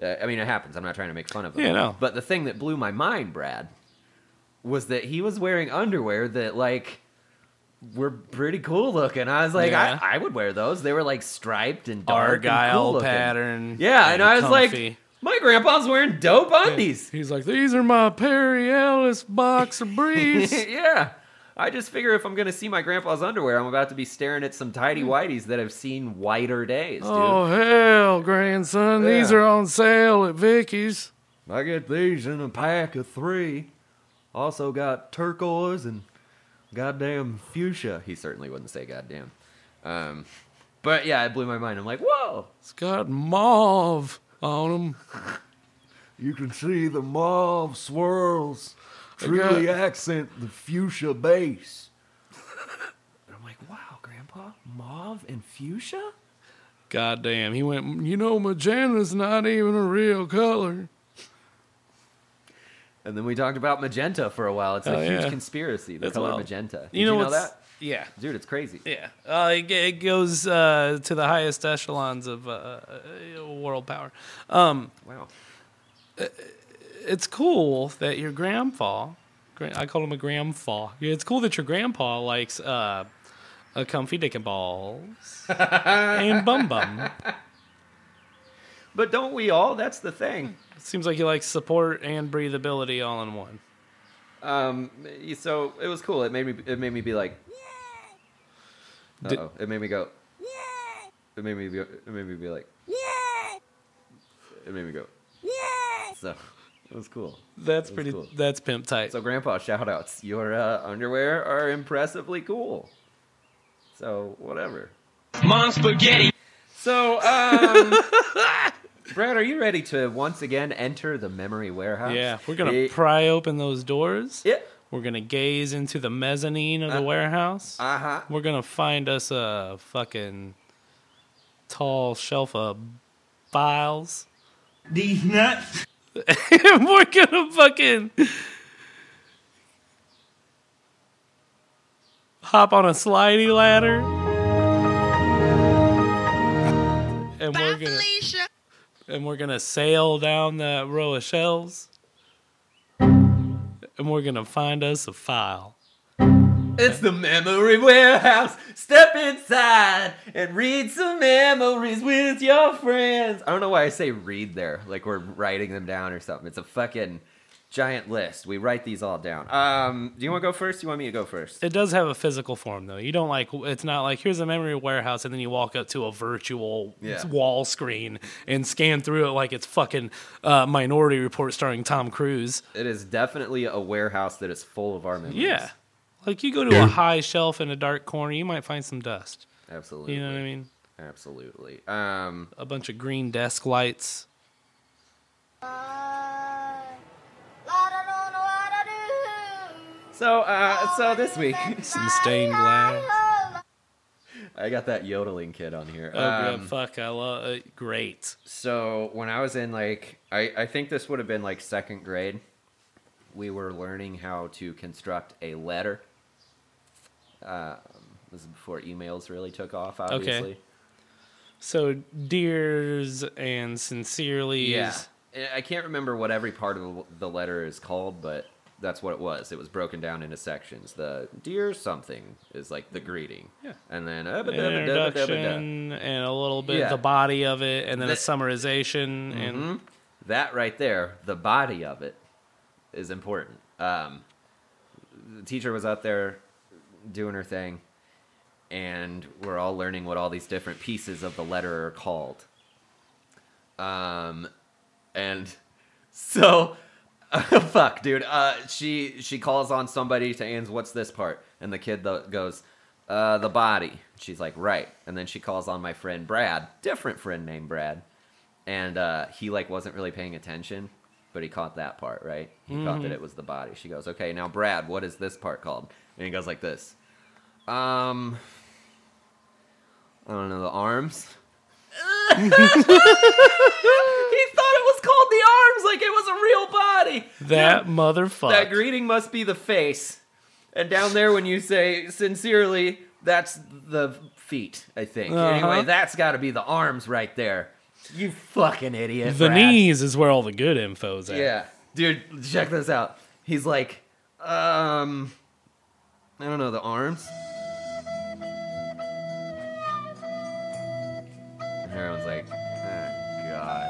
S2: Uh, I mean, it happens. I'm not trying to make fun of him.
S1: Yeah, no.
S2: But the thing that blew my mind, Brad, was that he was wearing underwear that like were pretty cool looking. I was like,
S1: Yeah.
S2: I, I would wear those. They were like striped and dark and cool
S1: Argyle
S2: looking.
S1: pattern.
S2: Yeah, and I was
S1: comfy.
S2: like, my grandpa's wearing dope undies.
S1: He's like, these are my Perry Ellis boxer briefs.
S2: yeah. I just figure if I'm gonna see my grandpa's underwear, I'm about to be staring at some tidy whities that have seen whiter days, dude.
S1: Hmm. oh hell, grandson! These
S2: Yeah.
S1: are on sale at Vicky's.
S2: I get these in a pack of three. Also got turquoise and goddamn fuchsia. He certainly wouldn't say goddamn. Um, but yeah, it blew my mind. I'm like, whoa.
S1: It's got mauve on them.
S19: You can see the mauve swirls
S1: I
S19: truly
S1: got-
S19: accent the fuchsia base.
S2: I'm like, wow, grandpa, mauve and fuchsia?
S1: God damn, he went. You know, magenta's not even a real color.
S2: And then we talked about magenta for a while. It's
S1: Hell
S2: a huge
S1: Oh, yeah.
S2: conspiracy. The
S1: That's
S2: color
S1: wild.
S2: magenta. Did
S1: You
S2: you
S1: know
S2: know,
S1: what's-
S2: that?
S1: Yeah.
S2: Dude, it's crazy.
S1: Yeah, uh, it, it goes uh, to the highest echelons of uh, uh, world power. Um,
S2: wow,
S1: it's cool that your grandpa. gran- I call him a grandpa. Yeah, it's cool that your grandpa likes uh, a comfy dick and balls and bum bum.
S2: But don't we all? That's the thing.
S1: Seems like he likes support and breathability all in one.
S2: Um, so it was cool. It made me. It made me be like.
S1: Did-
S2: Uh-oh. It made me go. It made me. Be, it made me be like. It made me go. So it was cool.
S1: That's
S2: It was
S1: pretty.
S2: cool.
S1: That's pimp tight.
S2: So grandpa, shout outs. Your uh, underwear are impressively cool. So whatever.
S6: Mom spaghetti.
S2: So um. Brad, are you ready to once again enter the memory warehouse?
S1: Yeah, we're gonna
S2: Eh,
S1: pry open those doors.
S2: Yeah.
S1: We're gonna gaze into the mezzanine of the warehouse.
S2: Uh huh.
S1: We're gonna find us a fucking tall shelf of files. These nuts. we're gonna fucking hop on a slidey ladder. And we're gonna and we're gonna sail down that row of shelves. And we're gonna find us a file.
S2: It's the memory warehouse. Step inside and read some memories with your friends. I don't know why I say read there, like we're writing them down or something. It's a fucking giant list. We write these all down. Um, do you want to go first? Do you want me to go first?
S1: It does have a physical form though. You don't like it's not like here's a memory warehouse and then you walk up to a virtual
S2: Yeah.
S1: wall screen and scan through it like it's fucking uh, Minority Report starring Tom Cruise.
S2: It is definitely a warehouse that is full of our memories.
S1: Yeah. Like you go to a high shelf in a dark corner, you might find some dust.
S2: Absolutely.
S1: You know what I mean?
S2: Absolutely. Um,
S1: a bunch of green desk lights.
S3: Uh,
S2: So, uh, so this week,
S1: some stained glass.
S2: I got that yodeling kid on here.
S1: Oh, yeah,
S2: Um,
S1: fuck! I love uh, great.
S2: So when I was in like, I, I think this would have been like second grade. We were learning how to construct a letter. Um, this is before emails really took off, obviously.
S1: So dears and sincerely.
S2: Yeah. I- I can't remember what every part of the- the letter is called, but that's what it was. It was broken down into sections. The dear something is like the greeting. Yeah. And then "Uh, da.
S1: introduction and a little bit
S2: Yeah.
S1: the body of it, and then a
S2: The-
S1: summarization and
S2: Mhm. that right there, the body of it, is important. Um, the teacher was out there doing her thing, and we're all learning what all these different pieces of the letter are called. Um, and so fuck, dude. Uh, she she calls on somebody to Anne's. What's this part? And the kid tho- goes, uh, the body. She's like, right. And then she calls on my friend Brad, different friend named Brad, and uh, he like wasn't really paying attention, but he caught that part right. He caught that
S20: Mhm.
S2: it was the body. She goes, okay, now Brad, what is this part called? And he goes like this. Um, I don't know the arms. he thought it was called the arms, like it was a real body.
S1: That motherfucker.
S2: That greeting must be the face. And down there, when you say sincerely, that's the feet, I think.
S1: Uh-huh.
S2: Anyway, that's got to be the arms right there. You fucking idiot.
S1: the
S2: Brad.
S1: knees is where all the good info's at.
S2: Yeah. Dude, check this out. He's like, um, I don't know, the arms? And everyone's like, oh, God.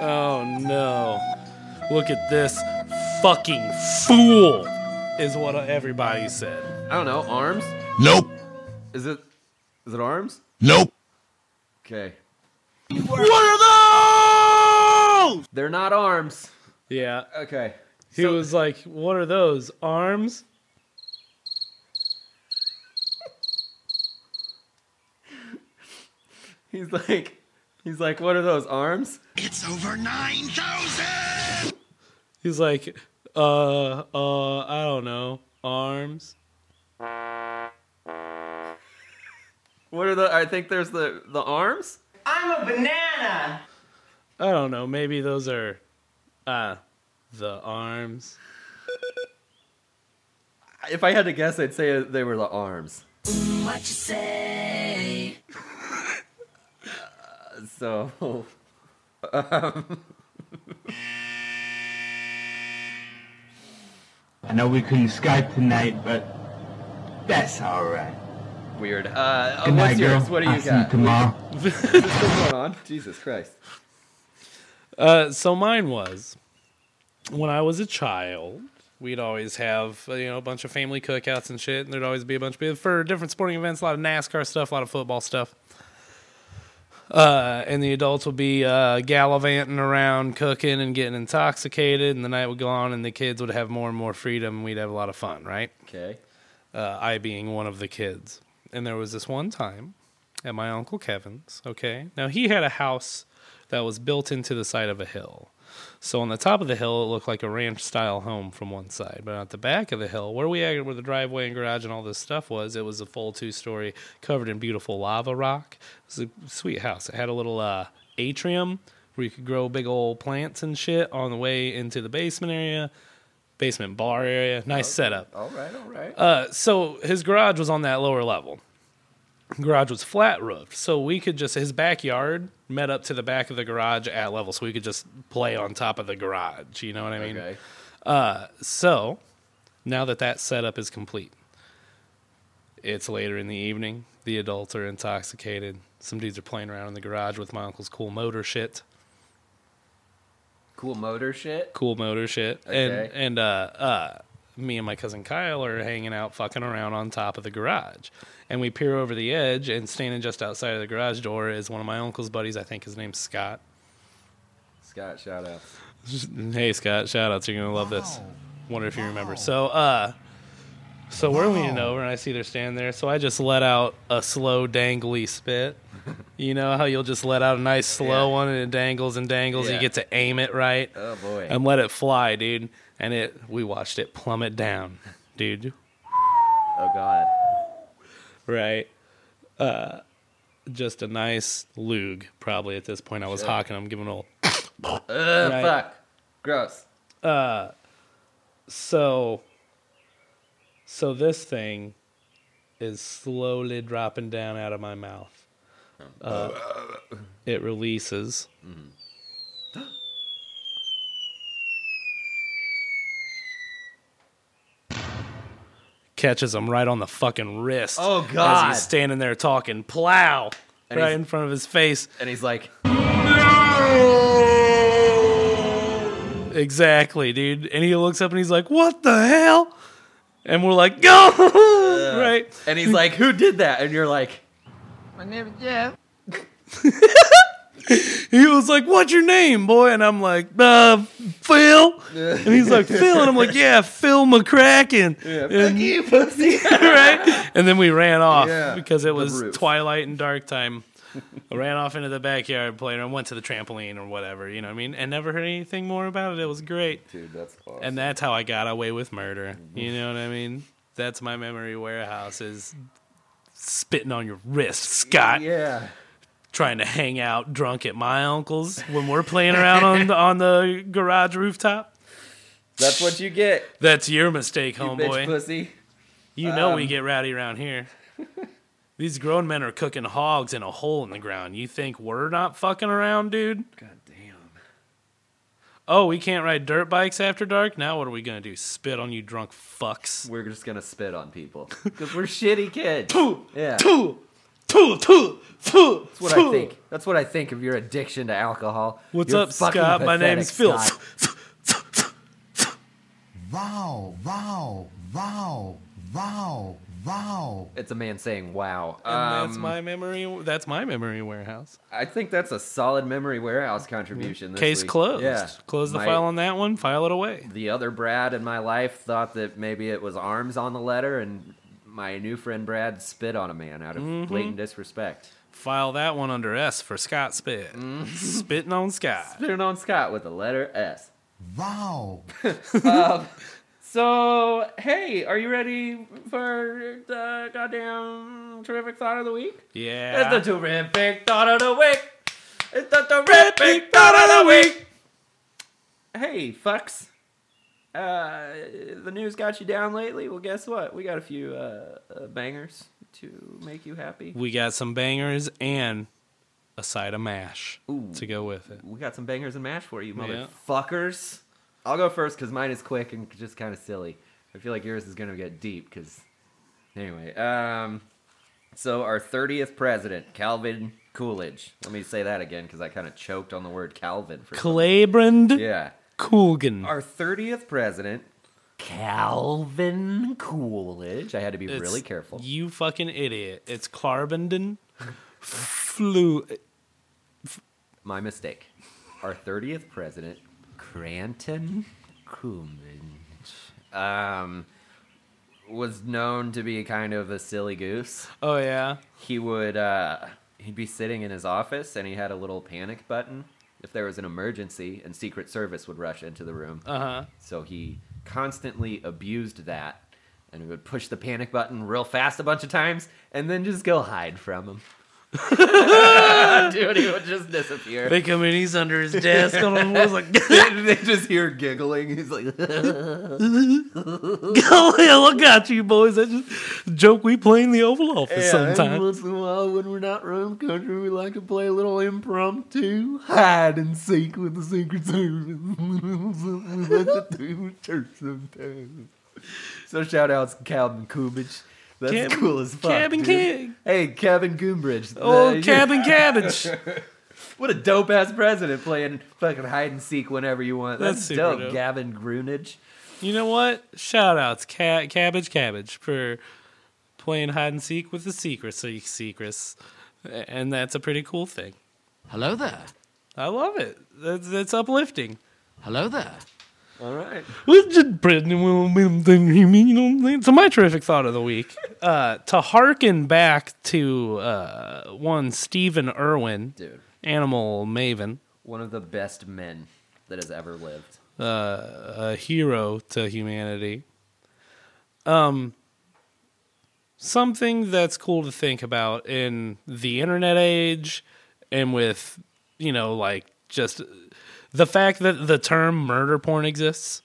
S1: Oh no. Look at this fucking fool, is what everybody said.
S2: I don't know, arms?
S15: Nope.
S2: Is it, is it arms?
S15: Nope.
S2: Okay.
S1: What
S2: are those? They're not arms.
S1: Yeah.
S2: Okay.
S1: He was like, What are those? Arms?
S2: He's like, he's like, what are those arms?
S15: It's over 9,000!
S1: He's like, Uh, uh, I don't know. Arms?
S2: What are the? I think there's the the arms.
S21: I'm a banana.
S1: I don't know. Maybe those are, uh, the arms.
S2: If I had to guess, I'd say they were the arms.
S21: What you say?
S2: So, um,
S6: I know we couldn't Skype tonight, but that's all right.
S2: weird. Uh, uh,
S6: Good
S2: what's
S6: night, girl.
S2: yours? What do you
S6: I'll see you
S2: got?
S6: tomorrow.
S2: What's going on? Jesus Christ.
S1: Uh, so mine was when I was a child. We'd always have uh, you know a bunch of family cookouts and shit, and there'd always be a bunch of for different sporting events, a lot of NASCAR stuff, a lot of football stuff. Uh, and the adults would be uh, gallivanting around, cooking and getting intoxicated, and the night would go on, and the kids would have more and more freedom. and We'd have a lot of fun, right?
S2: Okay.
S1: Uh, I being one of the kids, and there was this one time at my uncle Kevin's. Okay, now he had a house that was built into the side of a hill. So on the top of the hill, it looked like a ranch style home from one side, but at the back of the hill, where we had where the driveway and garage and all this stuff was, it was a full two story, covered in beautiful lava rock. It was a sweet house. It had a little uh, atrium where you could grow big old plants and shit on the way into the basement area, basement bar area. Nice setup.
S2: All right, all right.
S1: Uh, so his garage was on that lower level. Garage was flat roofed, so we could just his backyard met up to the back of the garage at level, so we could just play on top of the garage. You know what I mean?
S2: Okay.
S1: Uh, so now that that setup is complete, it's later in the evening. The adults are intoxicated. Some dudes are playing around in the garage with my uncle's cool motor shit
S2: Cool motor shit.
S1: cool motor shit.
S2: Okay.
S1: And and uh uh me and my cousin Kyle are hanging out fucking around on top of the garage. And we peer over the edge and standing just outside of the garage door is one of my uncle's buddies, I think his name's Scott.
S2: Scott, shout out.
S1: Hey Scott, shout outs, you're gonna love this. Wonder if you remember. So uh so we're leaning over and I see they're standing there, so I just let out a slow dangly spit. You know how you'll just let out a nice slow one and it dangles and dangles and
S2: Yeah.
S1: you get to aim it right.
S2: Oh boy.
S1: And let it fly, dude. And it we watched it plummet down, dude.
S2: Oh god.
S1: Right. Uh just a nice lug, probably at this point. I was
S2: Sure.
S1: hawking him, giving an old
S2: Ugh,
S1: Right.
S2: fuck. Gross.
S1: uh so so this thing is slowly dropping down out of my mouth uh,
S2: Oh.
S1: it releases
S2: Mm.
S1: catches him right on the fucking wrist
S2: Oh,
S1: as
S2: God.
S1: he's standing there talking plow
S2: And
S1: right
S2: he's-
S1: in front of his face
S2: and he's like
S1: Exactly, dude. And he looks up and he's like, "What the hell?" And we're like, "Go!" right?
S2: And he's like, "Who did that?" And you're like,
S22: My name is Jeff.
S1: he was like, "What's your name, boy?" And I'm like, "Uh, Phil." And he's like, "Phil," and I'm like, "Yeah, Phil McCracken." and,
S11: you, pussy.
S1: right? And then we ran off
S11: Yeah,
S1: because
S11: the
S1: it was
S11: roof.
S1: twilight and dark time. I ran off into the backyard, played, and went to the trampoline or whatever. You know what I mean? And never heard anything more about it. It was great,
S11: dude. That's awesome.
S1: And that's how I got away with murder.
S11: Mm-hmm.
S1: You know what I mean? That's my memory warehouse is spitting on your wrist, Scott.
S2: Yeah.
S1: Trying to hang out drunk at my uncle's when we're playing around on the, on the garage rooftop.
S2: That's what you get.
S1: That's your mistake,
S2: You
S1: homeboy.
S2: bitch pussy.
S1: You know we
S2: Um,
S1: get rowdy around here. These grown men are cooking hogs in a hole in the ground. You think we're not fucking around, dude? God damn. Oh, we can't ride dirt bikes after dark? Now what are we going to do? Spit on you drunk fucks?
S2: We're just going to spit on people. Because we're shitty kids. yeah.
S1: Two, two, two, two.
S2: That's what I think. That's what I think of your addiction to alcohol.
S1: What's
S2: You're
S1: up,
S2: fucking
S1: Scott? My
S2: pathetic,
S1: name's Phil.
S2: Scott.
S3: Wow, wow, wow, wow, wow.
S2: It's a man saying wow.
S1: And that's
S2: Um,
S1: my memory. That's my memory warehouse.
S2: I think that's a solid memory warehouse contribution. This
S1: Case
S2: week.
S1: closed.
S2: Yeah.
S1: Close the
S2: My-
S1: file on that one. File it away.
S2: The other Brad in my life thought that maybe it was arms on the letter, and my new friend Brad spit on a man out of
S1: Mhm.
S2: blatant disrespect.
S1: File that one under S for Scott Spit.
S2: Mm-hmm.
S1: Spitting on Scott.
S2: Spitting on Scott with the letter S.
S3: Wow.
S2: um, so, hey, are you ready for the goddamn terrific thought of the week?
S1: Yeah.
S2: It's the terrific thought of the week. It's the terrific thought of the week. Hey, fucks. Uh, the news got you down lately. Well, guess what? We got a few uh, uh, bangers to make you happy.
S1: We got some bangers and a side of mash to go with it.
S2: We got some bangers and mash for you,
S1: Yeah.
S2: motherfuckers. I'll go first because mine is quick and just kind of silly. I feel like yours is going to get deep because. Anyway, um, so our 30th president, Calvin Coolidge. Let me say that again because I kind of choked on the word Calvin for some
S1: Claibrand
S2: Yeah.
S1: Coogan.
S2: Our 30th president, Calvin Coolidge. I had to be
S1: It's-
S2: really careful.
S1: You fucking idiot. It's Clarbenden Flu.
S2: My mistake. Our 30th president, Cranton Coolidge, um, was known to be kind of a silly goose.
S1: Oh, yeah.
S2: He would, uh, he'd be sitting in his office and he had a little panic button if there was an emergency and Secret Service would rush into the room.
S1: Uh-huh.
S2: So he constantly abused that and he would push the panic button real fast a bunch of times and then just go hide from him. Dude, he would just disappear.
S1: They come in, he's under his desk. and I was like,
S2: they just hear giggling. He's
S1: Golly,
S2: like,
S1: I Oh, look at you, boys. That's just a joke we play in the Oval Office sometimes.
S2: once in a while, when we're not running country, we like to play a little impromptu hide and seek with the Secret Service. Let the two church sometimes. So shout outs Calvin Coolidge. That's
S1: Cabin-
S2: cool as fuck.
S1: Cabin
S2: dude.
S1: Keg.
S2: Hey, Cabin Goombridge.
S1: Old Oh, Cabin Cabbage.
S2: what a dope ass president playing fucking hide and seek whenever you want.
S1: That's
S2: That's,
S1: super
S2: dope,
S1: dope.
S2: Gavin Grunage.
S1: You know what? Shout outs, Ca- Cabbage Cabbage, for playing hide and seek with the secrets, so you secrets. And that's a pretty cool thing.
S23: Hello there.
S1: I love it. That's, that's uplifting.
S23: Hello there.
S2: All right.
S1: Well, just Brittany, well, well, then, you mean, you know, it's my terrific thought of the week. Uh, to hearken back to uh, one Stephen Irwin,
S2: Dude.
S1: animal maven,
S2: One of the best men that has ever lived.
S1: uh, a hero to humanity. Um, something that's cool to think about in the internet age, and with you know, like just the fact that the term murder porn exists.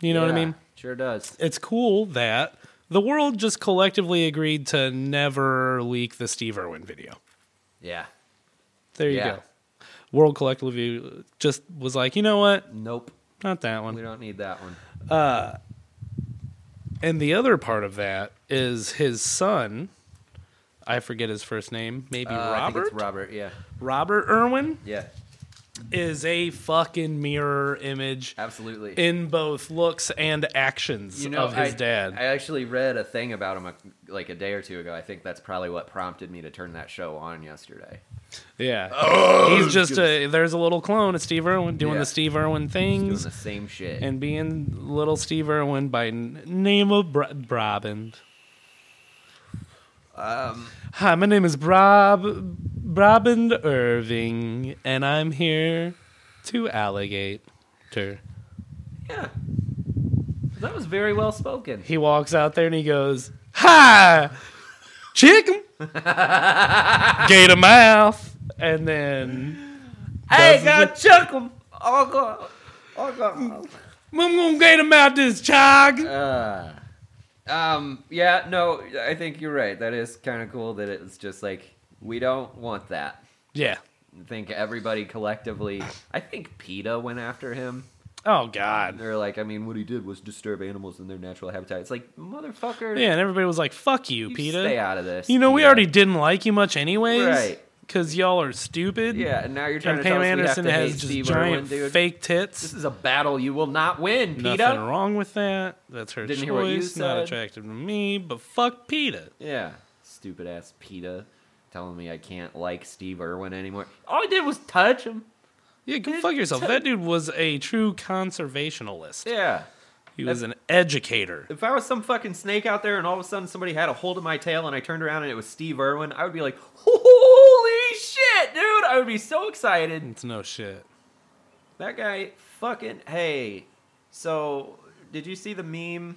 S1: You know what I
S2: Yeah,
S1: mean?
S2: Sure does.
S1: It's cool that the world just collectively agreed to never leak the Steve Irwin video.
S2: Yeah.
S1: There you
S2: Yeah.
S1: go. World collectively just was like, you know what?
S2: Nope.
S1: Not that one.
S2: We don't need that one.
S1: Uh, and the other part of that is his son. I forget his first name. Maybe
S2: Uh, I think
S1: Robert.
S2: it's Robert, yeah.
S1: Robert Irwin
S2: Yeah.
S1: is a fucking mirror image,
S2: absolutely,
S1: in both looks and actions of his
S2: I,
S1: dad.
S2: I actually read a thing about him a, like a day or two ago. I think that's probably what prompted me to turn that show on yesterday.
S1: Yeah.
S11: Oh,
S1: He's just a
S11: goodness.
S1: there's a little clone of Steve Irwin doing
S11: Yeah.
S1: the Steve Irwin
S11: doing
S1: things.
S11: the same shit.
S1: And being little Steve Irwin by n- name of Br- Brabant.
S11: Um,
S1: Hi, my name is Brab Brabant Irving, and I'm here to alligator.
S11: That was very well spoken.
S1: He walks out there and he goes, "Hi, chicken, gator mouth," and then
S11: Hey,
S1: does
S11: gotta
S1: it.
S11: chuck him. Oh god. Oh god.
S1: I'm gonna get him out this chog.
S2: Uh. um, yeah, no, I think you're right. That is kind of cool that it's just like we don't want that.
S1: Yeah.
S2: I think everybody collectively. I think PETA went after him.
S1: Oh God!
S2: They're like, I mean, what he did was disturb animals in their natural habitat. It's like, motherfucker.
S1: yeah, and everybody was like, "Fuck you, Peter.
S2: stay out of this,
S1: You know, we
S2: PETA.
S1: already didn't like you much anyways,
S2: Right.
S1: Because y'all are stupid.
S2: Yeah, and now you're trying
S1: and
S2: to
S1: Pam
S2: tell us we have
S1: Anderson
S2: to
S1: has
S2: hate
S1: just
S2: Steve
S1: giant
S2: Irwin, dude.
S1: fake tits.
S2: This is a battle you will not win, PETA.
S1: Nothing wrong with that. That's her
S2: Didn't
S1: choice.
S2: hear what you
S1: Not
S2: said.
S1: attractive to me, but fuck PETA.
S2: Yeah, stupid ass PETA telling me I can't like Steve Irwin anymore. All I did was touch him.
S1: Yeah, go fuck yourself. That dude was a true conservationalist.
S2: Yeah.
S1: He was an educator.
S2: If I was some fucking snake out there and all of a sudden somebody had a hold of my tail and I turned around and it was Steve Irwin, I would be like, holy shit, dude! I would be so excited.
S1: It's no shit.
S2: That guy fucking hey. So did you see the meme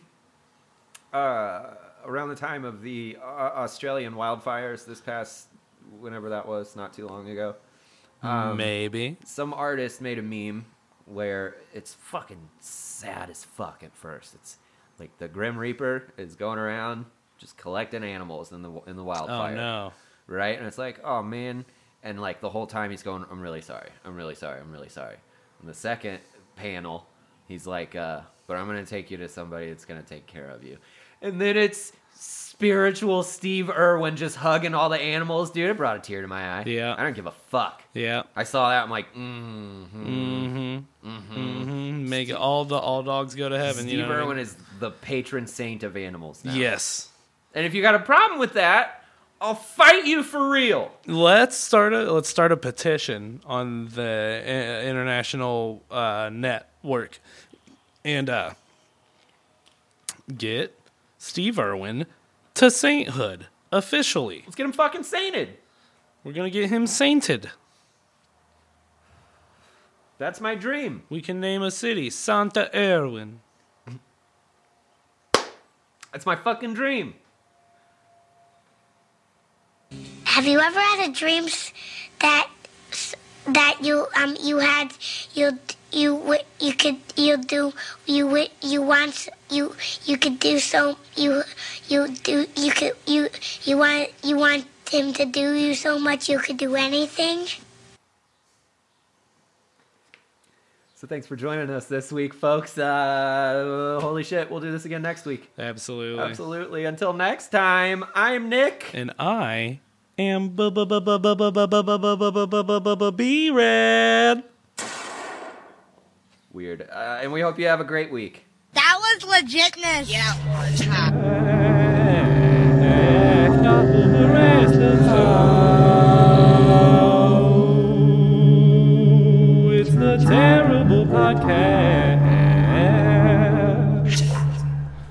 S2: uh, around the time of the uh, Australian wildfires this past whenever that was, not too long ago? Um,
S1: Maybe.
S2: some artist made a meme where it's fucking sad as fuck at first. It's like the Grim Reaper is going around just collecting animals in the in the wildfire.
S1: Oh, no.
S2: Right? And it's like, "Oh man." And like the whole time he's going, "I'm really sorry. I'm really sorry. I'm really sorry." And the second panel, he's like, uh, "But I'm going to take you to somebody that's going to take care of you." And then it's spiritual Steve Irwin just hugging all the animals, dude. It brought a tear to my eye.
S1: Yeah.
S2: I don't give a fuck.
S1: Yeah.
S2: I saw that. I'm like, mm-hmm.
S1: Mm-hmm.
S2: Mhm.
S1: Mm-hmm. Make it all the all dogs go to heaven.
S2: Steve
S1: you know what I
S2: Irwin
S1: mean?
S2: is the patron saint of animals. Now.
S1: Yes.
S2: And if you got a problem with that, I'll fight you for real.
S1: Let's start a let's start a petition on the uh, international uh, network, and uh, get Steve Irwin to sainthood officially.
S2: Let's get him fucking sainted.
S1: We're gonna get him sainted.
S2: That's my dream.
S1: We can name a city Santa Irwin.
S2: That's my fucking dream.
S18: Have you ever had a dream s- that s- that you um you had you you w- you could you do you w- you want s- you you could do so you you do you could you you want you want him to do you so much you could do anything.
S2: So thanks for joining us this week, folks. Uh, holy shit, we'll do this again next week.
S1: Absolutely.
S2: Absolutely. Until next time, I'm Nick.
S1: And I am b b b b b b b b b b b b b b b b red.
S2: Weird. Uh, and we hope you have a great week.
S18: That was legitness. Yeah.